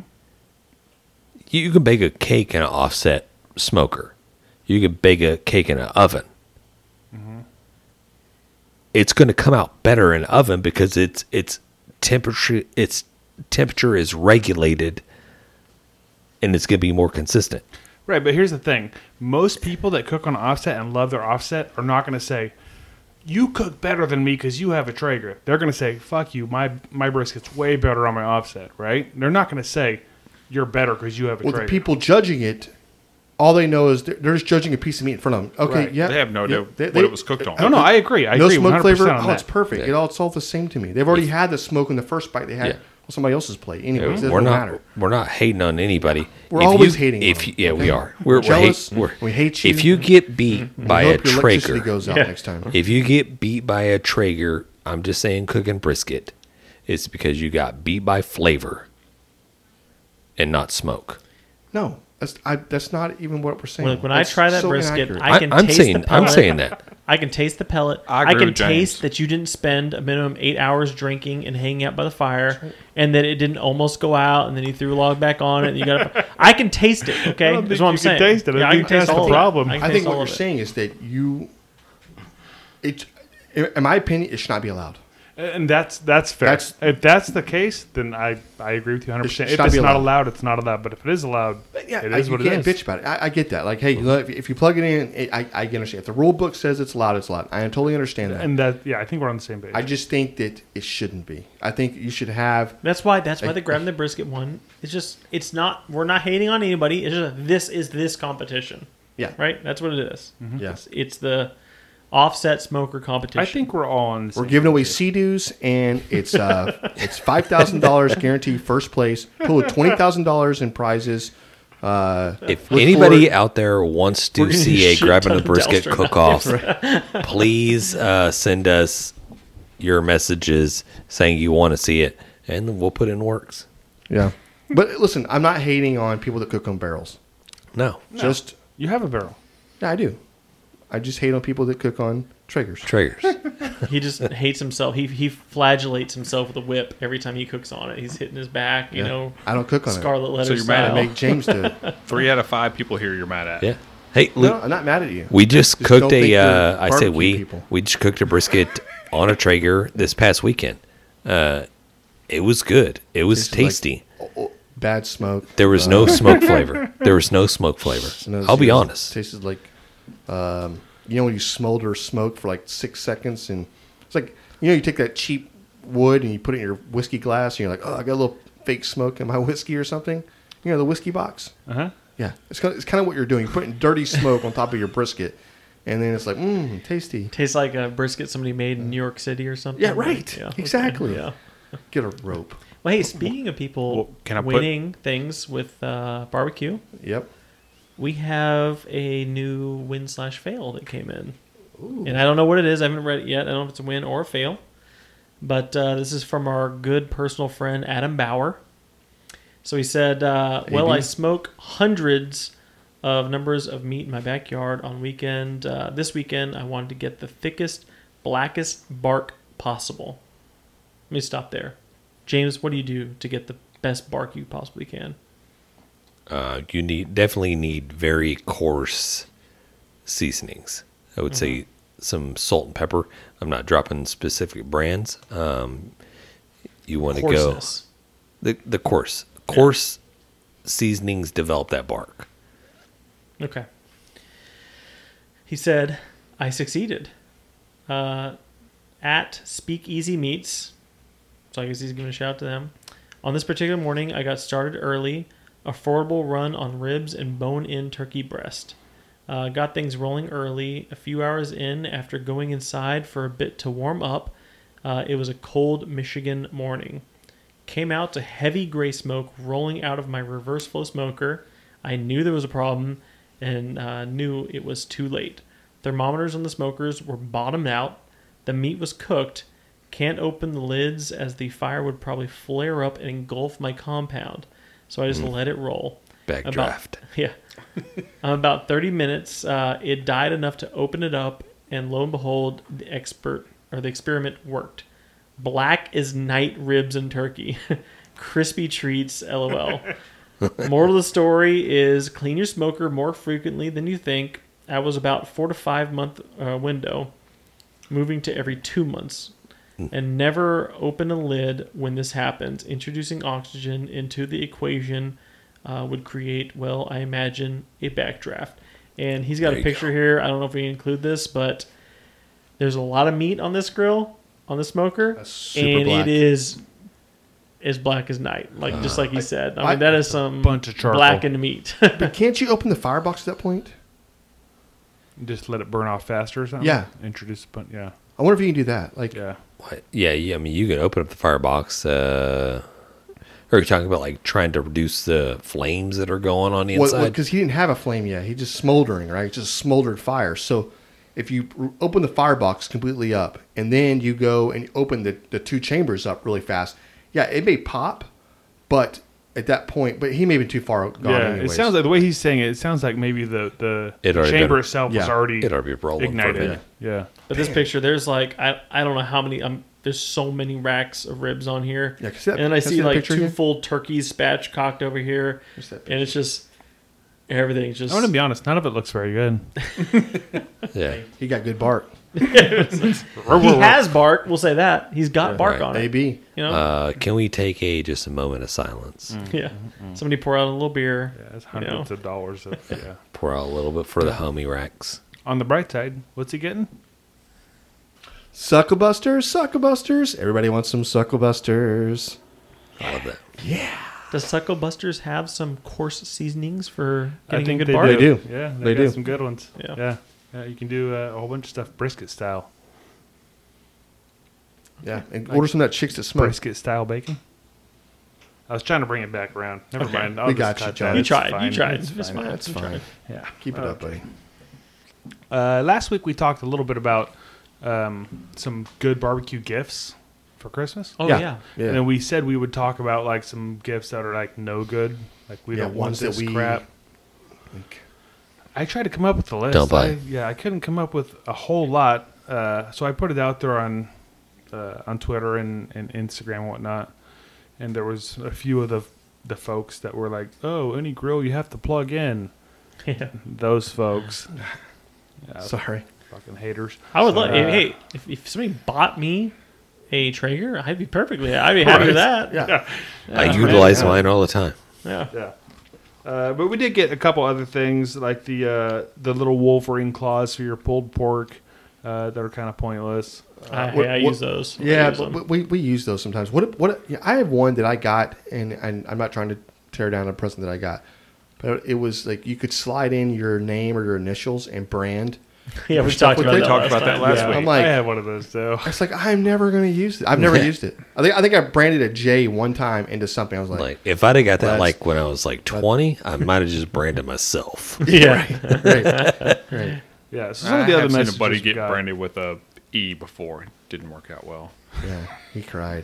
you, you can bake a cake in an offset smoker. You can bake a cake in an oven.
Mm-hmm.
It's going to come out better in an oven because it's it's temperature its temperature is regulated, and it's going to be more consistent.
Right, but here's the thing: most people that cook on offset and love their offset are not going to say, "You cook better than me because you have a Traeger." They're going to say, "Fuck you, my my brisket's way better on my offset." Right? They're not going to say, "You're better because you have a
Well,
Traeger."
the people judging it, all they know is they're, they're just judging a piece of meat in front of them. Okay,
Right.
yeah,
They have no idea
yeah,
what it was cooked on.
no, no, I agree. I
no
agree.
smoke
100%
flavor.
On
Oh,
that.
it's perfect. It all, it's all the same to me. They've already had the smoke in the first bite they had
Yeah.
on somebody else's plate. Anyways, it doesn't
we're not
matter.
we're not hating on anybody.
We're always
you,
hating
If
on
you,
them,
yeah, we
okay?
are. We're, we're
Jealous,
hate, we're,
we hate
If
you.
you get beat by
I
a
hope your electricity
Traeger,
goes out next time.
if you get beat by a Traeger, I'm just saying cooking brisket, it's because you got beat by flavor and not smoke.
No, that's I, that's not even what we're saying.
Like, when I
That's
try that
so
brisket,
inaccurate.
I can
am
taste the
saying I'm
pellet.
saying that.
I can taste the pellet.
I
I,
agree
can
with James.
taste that you didn't spend a minimum eight hours drinking and hanging out by the fire, and that it didn't almost go out, and then you threw a log back on it. And you got. A, I can taste it. Okay,
don't
that's
think
what I'm
you can
saying.
taste it. I
Yeah, I
think
can taste
that's the
all of it.
problem.
can
I
taste
think what
all
you're
of it.
saying is that you, it, in my opinion, it should not be allowed.
and that's that's fair.
That's-
if that's the case, then I I agree with you 100. percent
It
If
should
it's
be
not
allowed.
allowed, it's not allowed. But if it is allowed,
Yeah,
it
I-
is
you
what
can't
it is.
bitch about it. I, I get that. Like, hey, you know, if, if you plug it in, it, I, I can understand. If the rule book says it's allowed, it's allowed. I totally understand that.
And that yeah, I think we're on the same page.
I just think that it shouldn't be. I think you should have
That's why. That's why the grabbing the brisket one. It's just. It's not. We're not hating on anybody. It's just this is this competition.
Yeah.
Right. That's what it is.
Yeah.
It's, it's the offset smoker competition.
Mm-hmm. I think we're all on. The
We're
same
giving
page
away
here.
sea-doos, and it's uh, it's five thousand dollars guaranteed first place, total of twenty thousand dollars in prizes. Uh,
If
Look
anybody
forward-
out there wants
We're
to
gonna
see
need
a
a shit
grabbing
ton
a
of
brisket
Telstra
cook off, please uh, send us your messages saying you want to see it, and we'll put in works.
yeah, but listen, I'm not hating on people that cook on barrels.
No,
Just
You have a barrel.
yeah, I do. I just hate on people that cook on triggers.
triggers.
He just hates himself. He he flagellates himself with a whip every time he cooks on it. He's hitting his back. You know.
I don't cook on it.
Scarlet letter
So you're mad at
style.
I make James do. it.
Three out of five people here you're mad at.
yeah. Hey, Luke,
No, I'm not mad at you.
We just,
Just don't
cooked
think
a.
they're
Uh, I say
barbecue
we.
people.
We just cooked a brisket on a Traeger this past weekend. Uh, it was good. It was
Tasted like-
tasty.
Oh, oh, bad smoke.
there was no smoke flavor. There was no smoke flavor.
No,
I'll be
zero.
honest.
Tasted like Um, you know when you smolder smoke for like six seconds, and it's like you know you take that cheap wood and you put it in your whiskey glass, and you're like, oh, I got a little fake smoke in my whiskey or something. You know the whiskey box.
Uh huh.
Yeah, it's kind of, it's kind of what you're doing. You're putting dirty smoke on top of your brisket, and then it's like, mmm, tasty.
Tastes like a brisket somebody made in New York City or something.
Yeah, right.
Yeah.
Exactly.
Yeah.
Get a rope.
Well, hey, speaking of people
Well, can I put-
winning things with uh, barbecue,
Yep.
we have a new win slash fail that came in. And I don't know what it is. I haven't read it yet. I don't know if it's a win or a fail. But uh, this is from our good personal friend, Adam Bauer. So he said, uh, Well,
AB?
I smoke hundreds of numbers of meat in my backyard on weekend. Uh, this weekend, I wanted to get the thickest, blackest bark possible. Let me stop there. James, what do you do to get the best bark you possibly can?
Uh, you need definitely need very coarse seasonings. I would say
Mm-hmm.
some salt and pepper. I'm not dropping specific brands. Um, you want to go
Coarseness.
the the coarse coarse seasonings develop that bark.
Okay. He said, I succeeded. Uh, at Speakeasy Meats. So I guess he's giving a shout to them. On this particular morning, I got started early. Affordable run on ribs and bone in turkey breast. Uh, got things rolling early. A few hours in, after going inside for a bit to warm up, uh, it was a cold Michigan morning came out to heavy gray smoke rolling out of my reverse flow smoker. I knew there was a problem and uh, knew it was too late. Thermometers on the smokers were bottomed out. The meat was cooked. Can't open the lids as the fire would probably flare up and engulf my compound. So I just let it roll.
Backdraft.
About, yeah. Um, about 30 minutes, uh, it died enough to open it up, and lo and behold, the expert or the experiment worked. Black as night ribs and turkey. Crispy treats, lol. Moral of the story is clean your smoker more frequently than you think. I was about four to five month uh, window, moving to every two months,
Hmm.
and never open a lid when this happens. Introducing oxygen into the equation uh, would create, well, I imagine, a backdraft. And he's got
There
a
you
picture here. I don't know if we include this, but there's a lot of meat on this grill, on the smoker,
That's super
and
black.
it is as black as night, like just like he said. I,
Uh, I-
mean, that is some
Bunch of charcoal.
blackened meat.
But can't you open the firebox at that point?
Just let it burn off faster or something.
Yeah.
Introduce, but yeah,
I wonder if you can do that. Like,
yeah.
What? Yeah, yeah. I mean, you could open up the firebox. Uh, or are you talking about like trying to reduce the flames that are going on the
because
inside?
he didn't have a flame yet. He just smoldering, right? Just smoldered fire. So if you r- open the firebox completely up and then you go and open the, the two chambers up really fast, yeah, it may pop, but at that point, but he may be too far gone.
yeah,
anyways.
it sounds like the way he's saying it. It sounds like maybe the the
It already
chamber
been-
itself was
Yeah.
already
It already rolled for a
ignited.
minute.
Yeah,
but this picture, there's like I I don't know how many. Um, there's so many racks of ribs on here.
Yeah, 'cause that-
and then I
can I
see
see that
like
picture
two
again?
full turkeys spatchcocked over here,
Where's that
and it's just everything's just.
I'm gonna be honest. None of it looks very good.
yeah.
he got good bark.
he has bark. We'll say that he's got bark
Right.
on it.
AB.
You know,
Uh, can we take a just a moment of silence?
yeah.
mm-hmm.
Somebody pour out a little beer.
Yeah, it's hundreds
You
of dollars of yeah.
Pour out a little bit for the homie racks.
On the bright side, what's he getting?
Suckabusters, suckabusters. Everybody wants some suckabusters.
I love that.
Does Suckle Busters have some coarse seasonings for
I
getting
think
a
they
good bark?
They do.
Yeah, they,
They
got
do.
some good ones.
Yeah.
yeah, Yeah, You can do uh, a whole bunch of stuff brisket style,
Yeah, and order some of that chicks that smoke.
brisket style bacon. I was trying to bring it back around. Never
Okay.
mind. I'll
We
just
got you,
cut
John.
that.
You
It's
tried.
fine.
You tried.
It's
It's
fine.
fine.
That's
You
fine.
tried.
Oh, Yeah.
Keep it
Okay.
up, buddy.
Uh, last week we talked a little bit about um, some good barbecue gifts for Christmas.
Oh
Yeah.
yeah.
Yeah.
And then we said we would talk about like some gifts that are like no good, like we
Yeah,
don't want
ones that
this
we-
crap. I tried to come up with a list.
Don't buy
I-
it.
yeah, I couldn't come up with a whole lot, uh, so I put it out there on uh, on Twitter and, and Instagram and whatnot. And there was a few of the the folks that were like, "Oh, any grill you have to plug in."
Yeah.
Those folks,
Sorry.
fucking haters.
I would love.
Uh,
hey, if, if somebody bought me a Traeger, I'd be perfectly. I'd be happy with that.
Yeah.
I utilize mine all the time.
Yeah.
Yeah. Uh, but we did get a couple other things like the uh, the little Wolverine claws for your pulled pork uh, that are kind of pointless.
I,
what-
I
what-
use those. I
Yeah,
use
but
them.
but we, we use those sometimes. What what yeah, I have one that I got, and, and I'm not trying to tear down a present that I got, but it was like you could slide in your name or your initials and brand.
yeah, we
We're stuck
talked
with
about
it.
that
Talked
last
about that
time.
Uh, last
Yeah.
week.
I'm like-
I had one of those though.
I was like, I'm never going to use it. I've never used it. I think I think I branded a J one time into something. I was like,
Like if I'd have got that
That's-
like when I was like twenty, I might have just branded myself.
Yeah.
right, right.
Yeah, so some
I
of the other
have seen
messages
a buddy
we
get
got-
branded with a E before. It didn't work out well.
Yeah, he cried.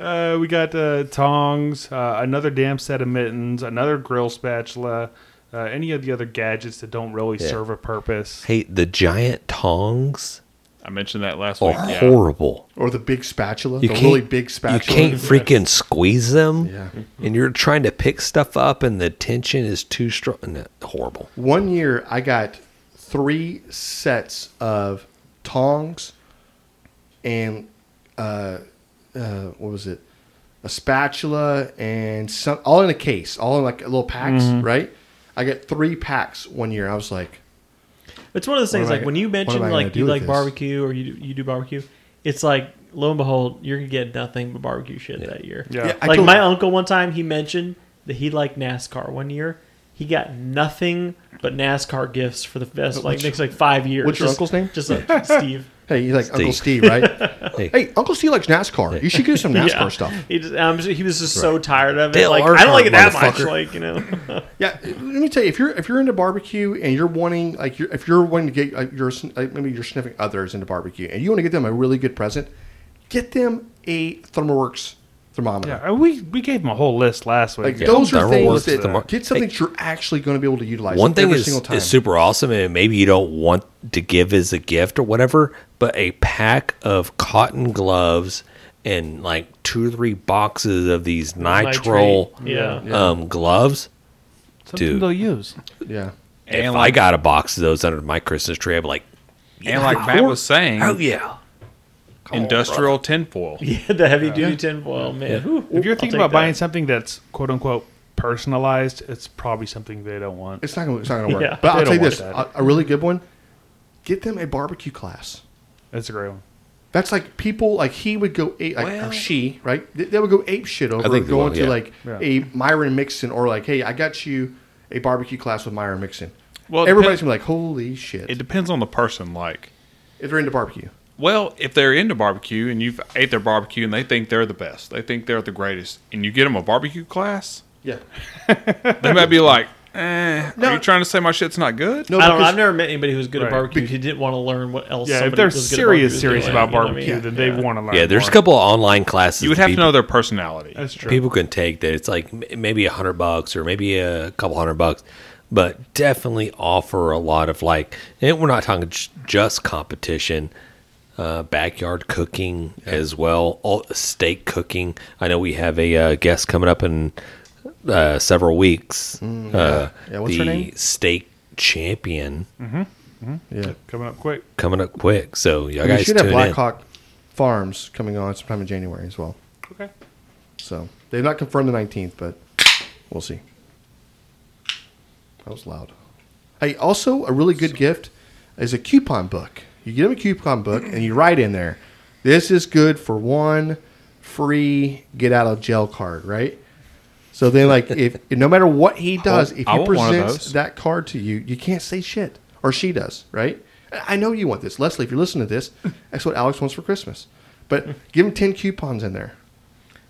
Uh, we got uh, tongs, uh, another damn set of mittens, another grill spatula, uh, any of the other gadgets that don't really
Yeah.
serve a purpose.
hey, the giant tongs
I mentioned that
Oh,
last
are
week. Yeah.
horrible.
Or the big spatula,
You
the
can't
really big
You
spatula.
can't freaking squeeze them.
Yeah.
And you're trying to pick stuff up, and the tension is too strong. No, horrible.
One year, I got three sets of tongs and uh, uh, what was it? A spatula and some, all in a case, all in like little packs,
Mm-hmm.
right? I got three packs one year. I was like,
It's one of those
What
things
am I
like when
gonna-
you
what
mentioned
am I gonna
like
do
you
with
like
this?
barbecue or you do, you do barbecue, it's like lo and behold you're gonna get nothing but barbecue shit that year.
Yeah.
Yeah, I
like
told-
my uncle one time he mentioned that he liked NASCAR one year. He got nothing but NASCAR gifts for the best like
What's-
next like five years.
what's your
Just-
uncle's name?
Just like Steve.
hey, you like Uncle Steve,
Steve.
right?
Hey,
hey, Uncle Steve likes NASCAR. You should do some NASCAR
Yeah.
stuff.
He, just, um, he was just so tired of it.
Dale
like I don't like it that
Earnhardt,
much.
motherfucker.
Like you know.
Yeah, let me tell you, if you're if you're into barbecue and you're wanting like you're, if you're wanting to get like, you're sn- like, maybe you're sniffing others into barbecue and you want to get them a really good present, get them a ThermoWorks thermometer.
Yeah, and we we gave him a whole list last week.
Like those are things
ThermoWorks
that
thermo-
get something that you're actually going to be able to utilize
one thing
every
is,
single time.
is super awesome and maybe you don't want to give as a gift or whatever but a pack of cotton gloves and like two or three boxes of these nitrile
Nitrate. Yeah.
um, gloves
Something
dude.
they'll use.
yeah,
if
And
i
like,
got a box of those under my christmas tree i'd be like
and like Matt was saying,
oh yeah
industrial tinfoil.
Yeah, the heavy duty tinfoil man. Whew.
If you're thinking
I'll take
about
that.
buying something that's quote unquote personalized, it's probably something they don't want.
it's not going it's not going to work.
Yeah.
but I'll
They
tell you
don't
this: a,
want
a really good one. Get them a barbecue class.
That's a great one.
That's like people like he would go ape like or she right. They, they would go ape shit over
think they
going
will,
to
yeah.
like
Yeah.
a Myron Mixon or like hey I got you a barbecue class with Myron Mixon.
Well, it
everybody's
depends-
gonna be like holy shit
It depends on the person. Like,
if they're into barbecue.
well, if they're into barbecue and you've ate their barbecue and they think they're the best, they think they're the greatest, and you get them a barbecue class,
Yeah,
they might be like, eh,
No.
are you trying to say my shit's not good?
no,
I don't know.
because-
I've never met anybody who was good
Right.
at barbecue who didn't want to learn what else.
Yeah, if
somebody
they're
was good at
serious
barbecue
serious
is doing,
about
you know what I
barbecue,
mean?
then they want to learn.
yeah there's
more.
a couple of online classes
You would have to
people,
know their personality.
That's true.
people can take that it's like m- maybe a hundred bucks or maybe a couple hundred bucks but definitely offer a lot of like and we're not talking j- just competition uh, backyard cooking as well all steak cooking i know we have a uh, guest coming up in uh, several weeks uh,
Mm, Yeah, what's
the
her name?
steak champion
yeah.
coming up quick.
coming up quick so y'all
We
guys
should
tune
have Black
in
Hawk Farms coming on sometime in January as well.
Okay.
So they've not confirmed the 19th, but we'll see. That was loud. Hey, also a really good gift is a coupon book. You get them a coupon book and you write in there, "This is good for one free get out of jail card." Right. So then, like, if no matter what he does, if
I
he
want one of
presents
those.
that card to you, you can't say shit, or she does, right? I I know you want this, Leslie. If you're listening to this, that's what Alex wants for Christmas. But give him ten coupons in there.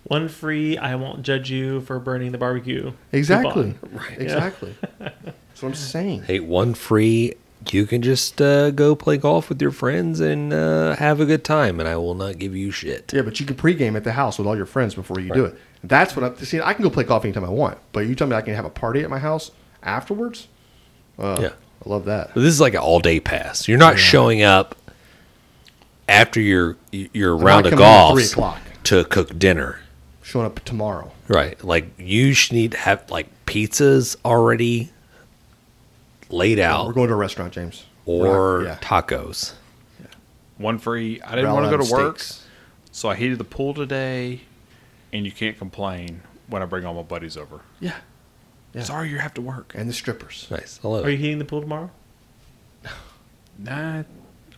One free, I won't judge you for burning the barbecue.
Exactly.
coupon.
Right. Exactly. That's what I'm saying.
hey one free you can just uh, go play golf with your friends and uh, have a good time and i will not give you shit
Yeah, but you can pregame at the house with all your friends before you do it. That's what I'm see. I can go play golf anytime I want, but you tell me I can have a party at my house afterwards.
yeah
I love that.
This is like an all day pass. You're not showing up after your your round of
coming in at
golf
three o'clock.
to cook dinner.
Showing up tomorrow.
Right. Like you should need to have like pizzas already laid
We're
out
going to a restaurant, James. We're not-
or
yeah.
tacos.
One free. I didn't
Round
want to go
of
to work,
steaks.
so I heated the pool today, and you can't complain when I bring all my buddies over.
Yeah. Yeah.
Sorry, you have to work.
and the strippers.
Nice. I love
Are
it.
you heating the pool tomorrow?
Nah, I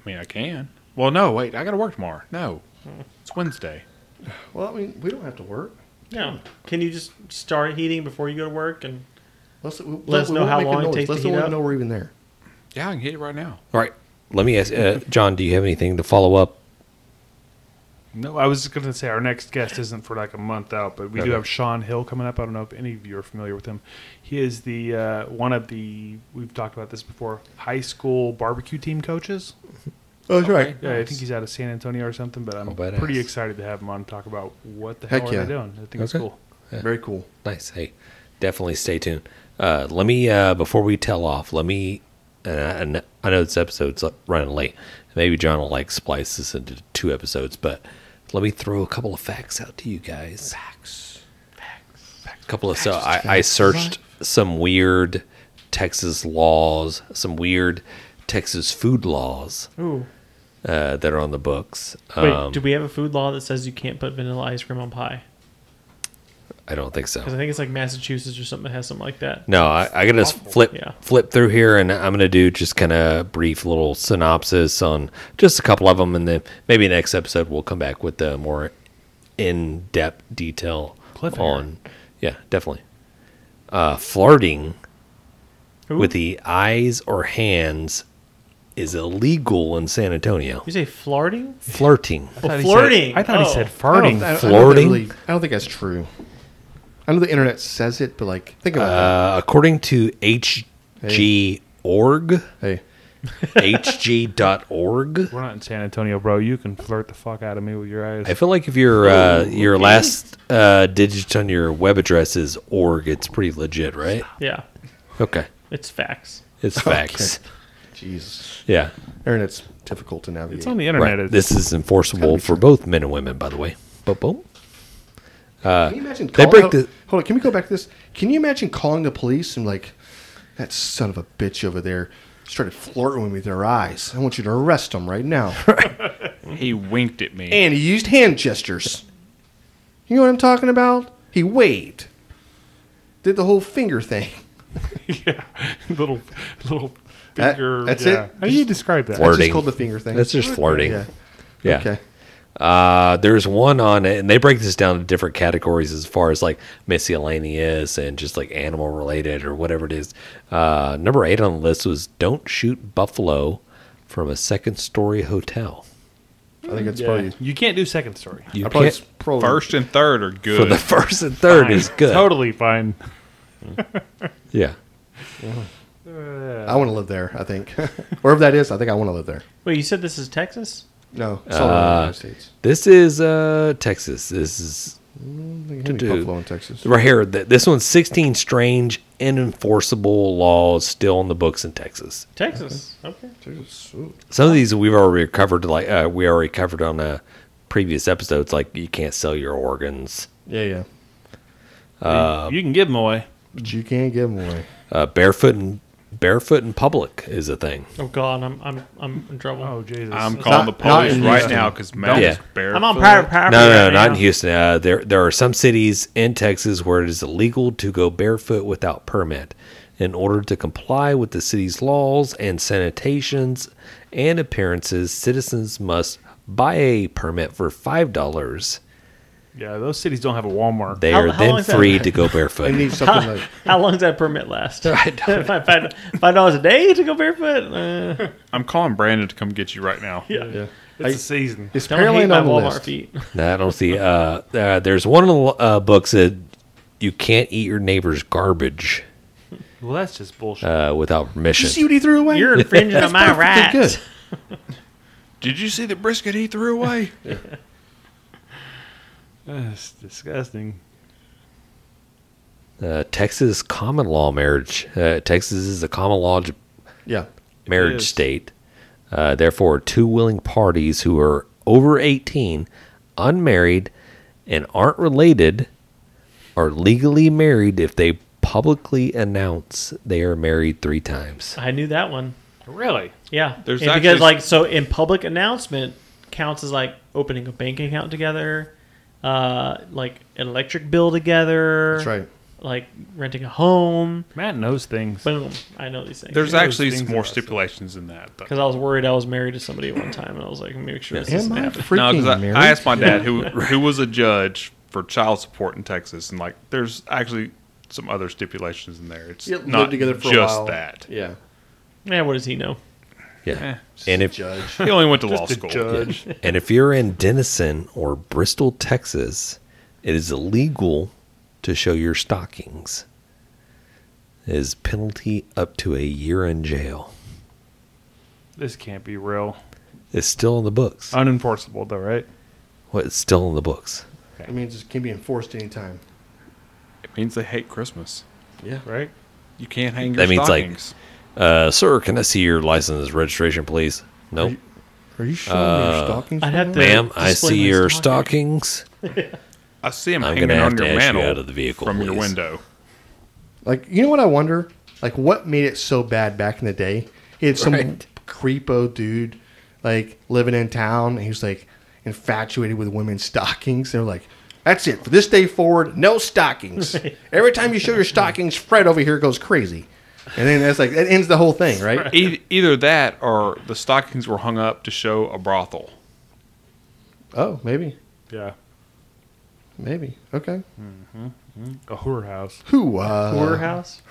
mean I can. Well, no, wait, I got to work tomorrow. No, it's Wednesday.
Well, I mean, we don't have to work.
No. Can you just start heating before you go to work? And
Let's, we,
Let us
we
know
won't
how
make a
long it
noise.
takes
Let's
to
the
heat
one
up.
know we're even there.
Yeah, I can hit it right now.
All right. Let me ask, uh, John, do you have anything to follow up?
No, I was going to say our next guest isn't for like a month out, but we do
Okay.
have Sean Hill coming up. I don't know if any of you are familiar with him. He is the uh, one of the we've talked about this before high school barbecue team coaches.
Oh, that's right.
Yeah, I think he's out of San Antonio or something. But I'm
Oh, badass.
pretty excited to have him on and talk about what the
Heck
hell are
yeah.
they doing. I think it's
Okay.
cool.
Very cool.
Nice. Hey, definitely stay tuned. Uh, let me uh, before we tell off. Let me. Uh, and I know this episode's running late. Maybe John will like splice this into two episodes, but let me throw a couple of facts out to you guys. Facts. Facts. A couple of so I, I searched some weird Texas laws, some weird Texas food laws
ooh.
uh, that are on the books.
Wait,
Um,
do we have a food law that says you can't put vanilla ice cream on pie?
I don't think so.
Because I think it's like Massachusetts or something that has something like that.
No, I, I gotta just flip
Yeah.
flip through here, and I'm gonna do just kind of brief little synopsis on just a couple of them, and then maybe next episode we'll come back with the more in depth detail
Cliffhanger.
on. Yeah, definitely. Uh, flirting
Ooh.
with the eyes or hands is illegal in San Antonio.
You say flirting?
Flirting.
I thought he said-
flirting.
I thought he
Oh.
said
I don't-
farting.
I don't- I don't
Flirting?
really- I don't think that's true. I know the internet says it, but like, think about
Uh, according to HG.org,
that. Hey,
HG.org.
We're not in San Antonio, bro. You can flirt the fuck out of me with your eyes.
I feel like if your uh, your last uh, digit on your web address is org, it's pretty legit, right?
Yeah,
Okay,
it's facts.
it's facts.
Jesus,
Yeah,
internet's difficult to navigate.
it's on the internet.
right.
It's-
This is enforceable for both men and women, by the way. Boom, boom.
Can you imagine?
They
Calling,
break
hold,
the-
hold on. Can we go back to this? Can you imagine calling the police and like that son of a bitch over there started flirting with me with their eyes? I want you to arrest him right now.
He winked at me.
and he used hand gestures. You know what I'm talking about? He waved, did the whole finger thing.
little, little
That-
finger.
that's
yeah.
it?
How do you describe that?
Flirting.
That's just called the finger thing.
That's just flirting.
Yeah.
Yeah.
Okay.
Uh, there's one on it, and they break this down to different categories as far as like miscellaneous and just like animal related or whatever it is. Uh, number eight on the list was don't shoot buffalo from a second story hotel.
I think it's
Yeah.
probably.
You can't do second story.
You
I probably
can't.
probably
First and third are good.
For the first and third is
Fine.
good.
Totally fine.
Yeah.
I want to live there. I think wherever that is, I think I want to live there.
Wait, you said this is Texas?
No, it's all over
Uh,
the United States.
This is uh Texas. This is
I think Henry
do-
Buffalo in Texas.
right here. Th- This one's 16 strange and enforceable laws still on the books in Texas.
Texas.
Uh-huh.
Okay.
Texas. Ooh.
Some of these we've already covered. Like uh, we already covered on uh, previous episodes. Like you can't sell your organs.
Yeah, yeah.
you can give them away.
But you can't give them away.
Uh, barefoot and barefoot in public is a thing.
Oh God, I'm I'm I'm in trouble.
Oh Jesus!
I'm
call- not-
calling the police
not in
right
Houston.
now because Matt is
Yeah.
barefoot.
I'm on private property.
No, no,
right
not
now.
in Houston. Uh, there, there are some cities in Texas where it is illegal to go barefoot without permit. In order to comply with the city's laws and sanitations and appearances, citizens must buy a permit for five dollars.
yeah, those cities don't have a Walmart.
They
How-
are
how long
then
is that?
free to go
I
barefoot.
need something like
How long does that permit last? five, five, five dollars a day to go barefoot? Uh,
I'm calling Brandon to come get you right now.
yeah.
yeah.
it's a season.
It's
Don't
apparently
hate my
not on the
Walmart
list.
feet.
No, I don't see. Uh, uh, there's one of the uh, books that you can't eat your neighbor's garbage
Well, that's just bullshit.
uh, without
Did
permission.
you see what he threw away?
You're infringing on my
perfectly
rights.
Did you see the brisket he threw away?
that's disgusting.
Uh, Texas common law marriage. Uh, Texas is a common law j-
Yeah.
marriage
is.
state. Uh, therefore, two willing parties who are over 18, unmarried, and aren't related are legally married if they publicly announce they are married three times.
I knew that one.
Really?
Yeah.
There's
And
actually-
because like so in public announcement counts as like opening a bank account together, uh, like an electric bill together.
That's right.
like renting a home.
Matt knows things.
Boom. I know these things.
There's
those
actually
things
some
are
more
awesome.
stipulations in that. though.
because I was worried I was married to somebody at one time, and I was like, make sure this
Am
doesn't
I
happen.
freaking
no, because I,
married?
I asked my dad who who was a judge for child support in Texas, and like there's actually some other stipulations in there. It's
Yeah, lived
not
together for a
just
while.
that.
Yeah.
Yeah, what does he know?
Yeah.
Just
And
a
if
judge.
He only went to law
Just a
school.
judge.
and if you're in Denison or Bristol, Texas, it is illegal to show your stockings. It is penalty up to a year in jail.
This can't be real.
It's still in the
Uh,
books.
Unenforceable though, right?
Well, it's still in the books.
It means it can be enforced anytime.
It means they hate Christmas.
Yeah.
Right?
You can't hang your
That means, like,
stockings.
Uh, sir, can I see your license registration, please? No,
you- Are you showing me your stockings?
I'd
right
have
now?
to-
ma'am. I
display
see
my
your
stocking.
stockings.
I see him
I'm
hanging
gonna have
on
to
your
ask you
mantle
out of the vehicle,
from your
please.
window.
Like, you know what I wonder? Like, what made it so bad back in the day? He had some
Right.
creepo dude, like, living in town. And he was, like, infatuated with women's stockings. They're like, that's it. For this day forward, no stockings. Every time you show your stockings, Fred over here goes crazy. And then that's like, that ends the whole thing, right?
E- either that or the stockings were hung up to show a brothel.
Oh, maybe.
Yeah.
Maybe. Okay.
A whore house.
Who, uh,
Poor house.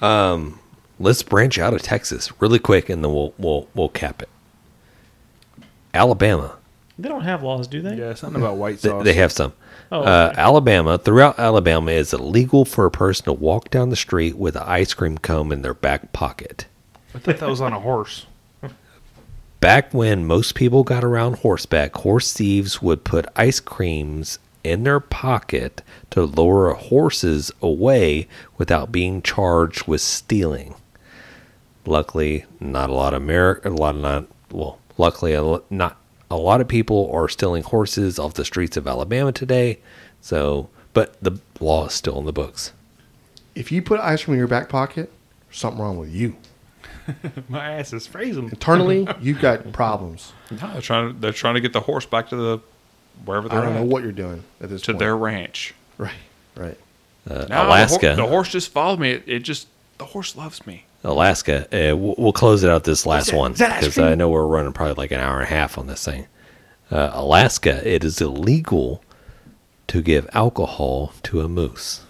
Um, let's branch out of Texas really quick, and then we'll we'll we'll cap it. Alabama,
They don't have laws, do they?
Yeah, something about white
Th-
sauce.
they have some.
Oh,
Uh,
okay.
Alabama, throughout Alabama, it's illegal for a person to walk down the street with an ice cream cone in their back pocket.
I thought that was on a horse.
Back when most people got around horseback, horse thieves would put ice creams in their pocket to lure horses away without being charged with stealing. Luckily, not a lot of Ameri- a lot of not well, luckily a lo- not a lot of people are stealing horses off the streets of Alabama today. So, but the law is still in the books.
if you put ice cream in your back pocket, there's something wrong with you.
My ass is freezing.
Internally, you've got problems.
No, they're trying. They're trying to get the horse back to the wherever they're
I don't
at,
know what you're doing at this
to
point.
their ranch.
right, right.
Uh,
No, the hor-
Alaska.
The, horse just followed me. It, it just the horse loves me.
Alaska. Uh, we'll, we'll close it out this last one
is that ice
because
cream?
I know we're running probably like an hour and a half on this thing. Uh, Alaska, it is illegal to give alcohol to a moose.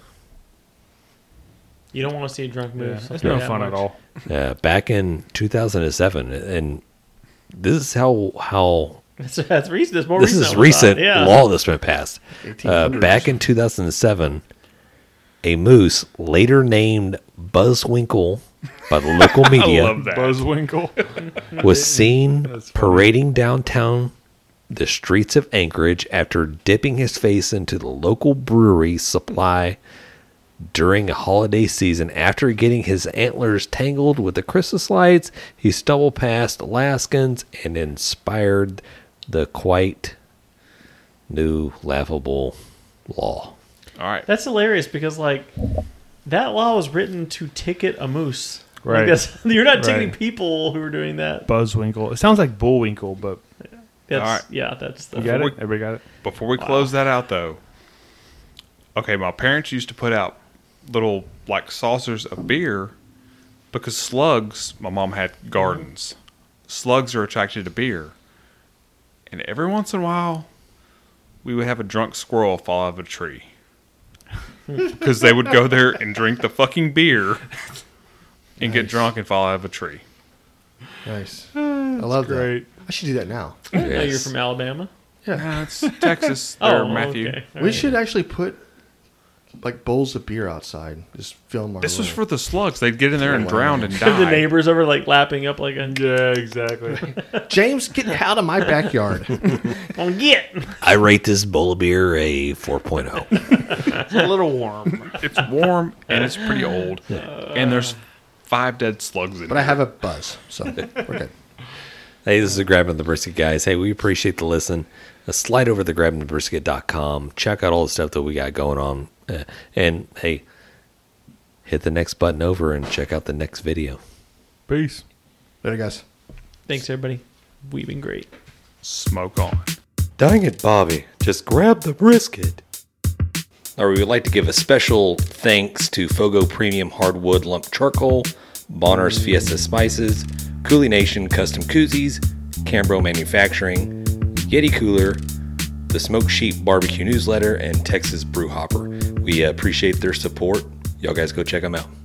You don't want to see a drunk
Yeah,
move.
it's no fun at all.
Uh, back in 2007, and this is how how
That's, that's recent. That's more
this
recent.
is
I would've thought.
recent
Yeah.
law that's been passed. Uh,
1800s.
back in 2007, a moose later named Buzzwinkle by the local media.
I love that.
Buzzwinkle.
was seen
That's funny.
parading downtown the streets of Anchorage after dipping his face into the local brewery supply during a holiday season. After getting his antlers tangled with the Christmas lights, he stumbled past Alaskans and inspired the quite new laughable law.
All right.
That's hilarious because like that law was written to ticket a moose. Like,
Right.
that's- you're not ticketing
Right.
people who are doing that.
Buzzwinkle. It sounds like Bullwinkle, but
That's
All right.
yeah. That's the
you got
we-
it? Everybody got it?
Before we close that out, though, okay, my parents used to put out little like saucers of beer because slugs. My mom had
Mm-hmm.
gardens. Slugs are attracted to beer, and every once in a while, we would have a drunk squirrel fall out of a tree because they would go there and drink the fucking beer and get drunk and fall out of a tree.
Nice. I love
great.
that. I should do that now.
I didn't know Oh, you're
Yes.
from Alabama.
Nah, it's Texas. There,
Oh,
Matthew.
okay. All
we
right.
should actually put like bowls of beer outside. Just film our.
This was
little-
for the slugs. They'd get in
Oh,
there and
Wow.
drown and die.
the neighbors over like lapping up like a
Yeah, exactly.
James. Get out of my backyard.
oh, get.
I rate this bowl of beer a oh. 4.0.
a little warm.
It's warm and it's pretty old, and there's five dead slugs in
but I
it.
have a buzz, so we're good.
Hey, this is the Grabbing the Brisket guys. Hey, we appreciate the listen. Uh, slide over to grabbingthebrisket.com. Check out all the stuff that we got going on. Uh, and hey, hit the next button over and check out the next video.
Peace.
Later, guys.
Thanks everybody. We've been great.
Smoke on.
Dang it, Bobby. Just grab the brisket. or we would like to give a special thanks to Fogo Premium Hardwood Lump Charcoal, Bonner's Fiesta Spices, Cooley Nation Custom Koozies, Cambro Manufacturing, Yeti Cooler, the Smoke Sheep Barbecue Newsletter, and Texas Brew Hopper. We appreciate their support. Y'all guys go check them out.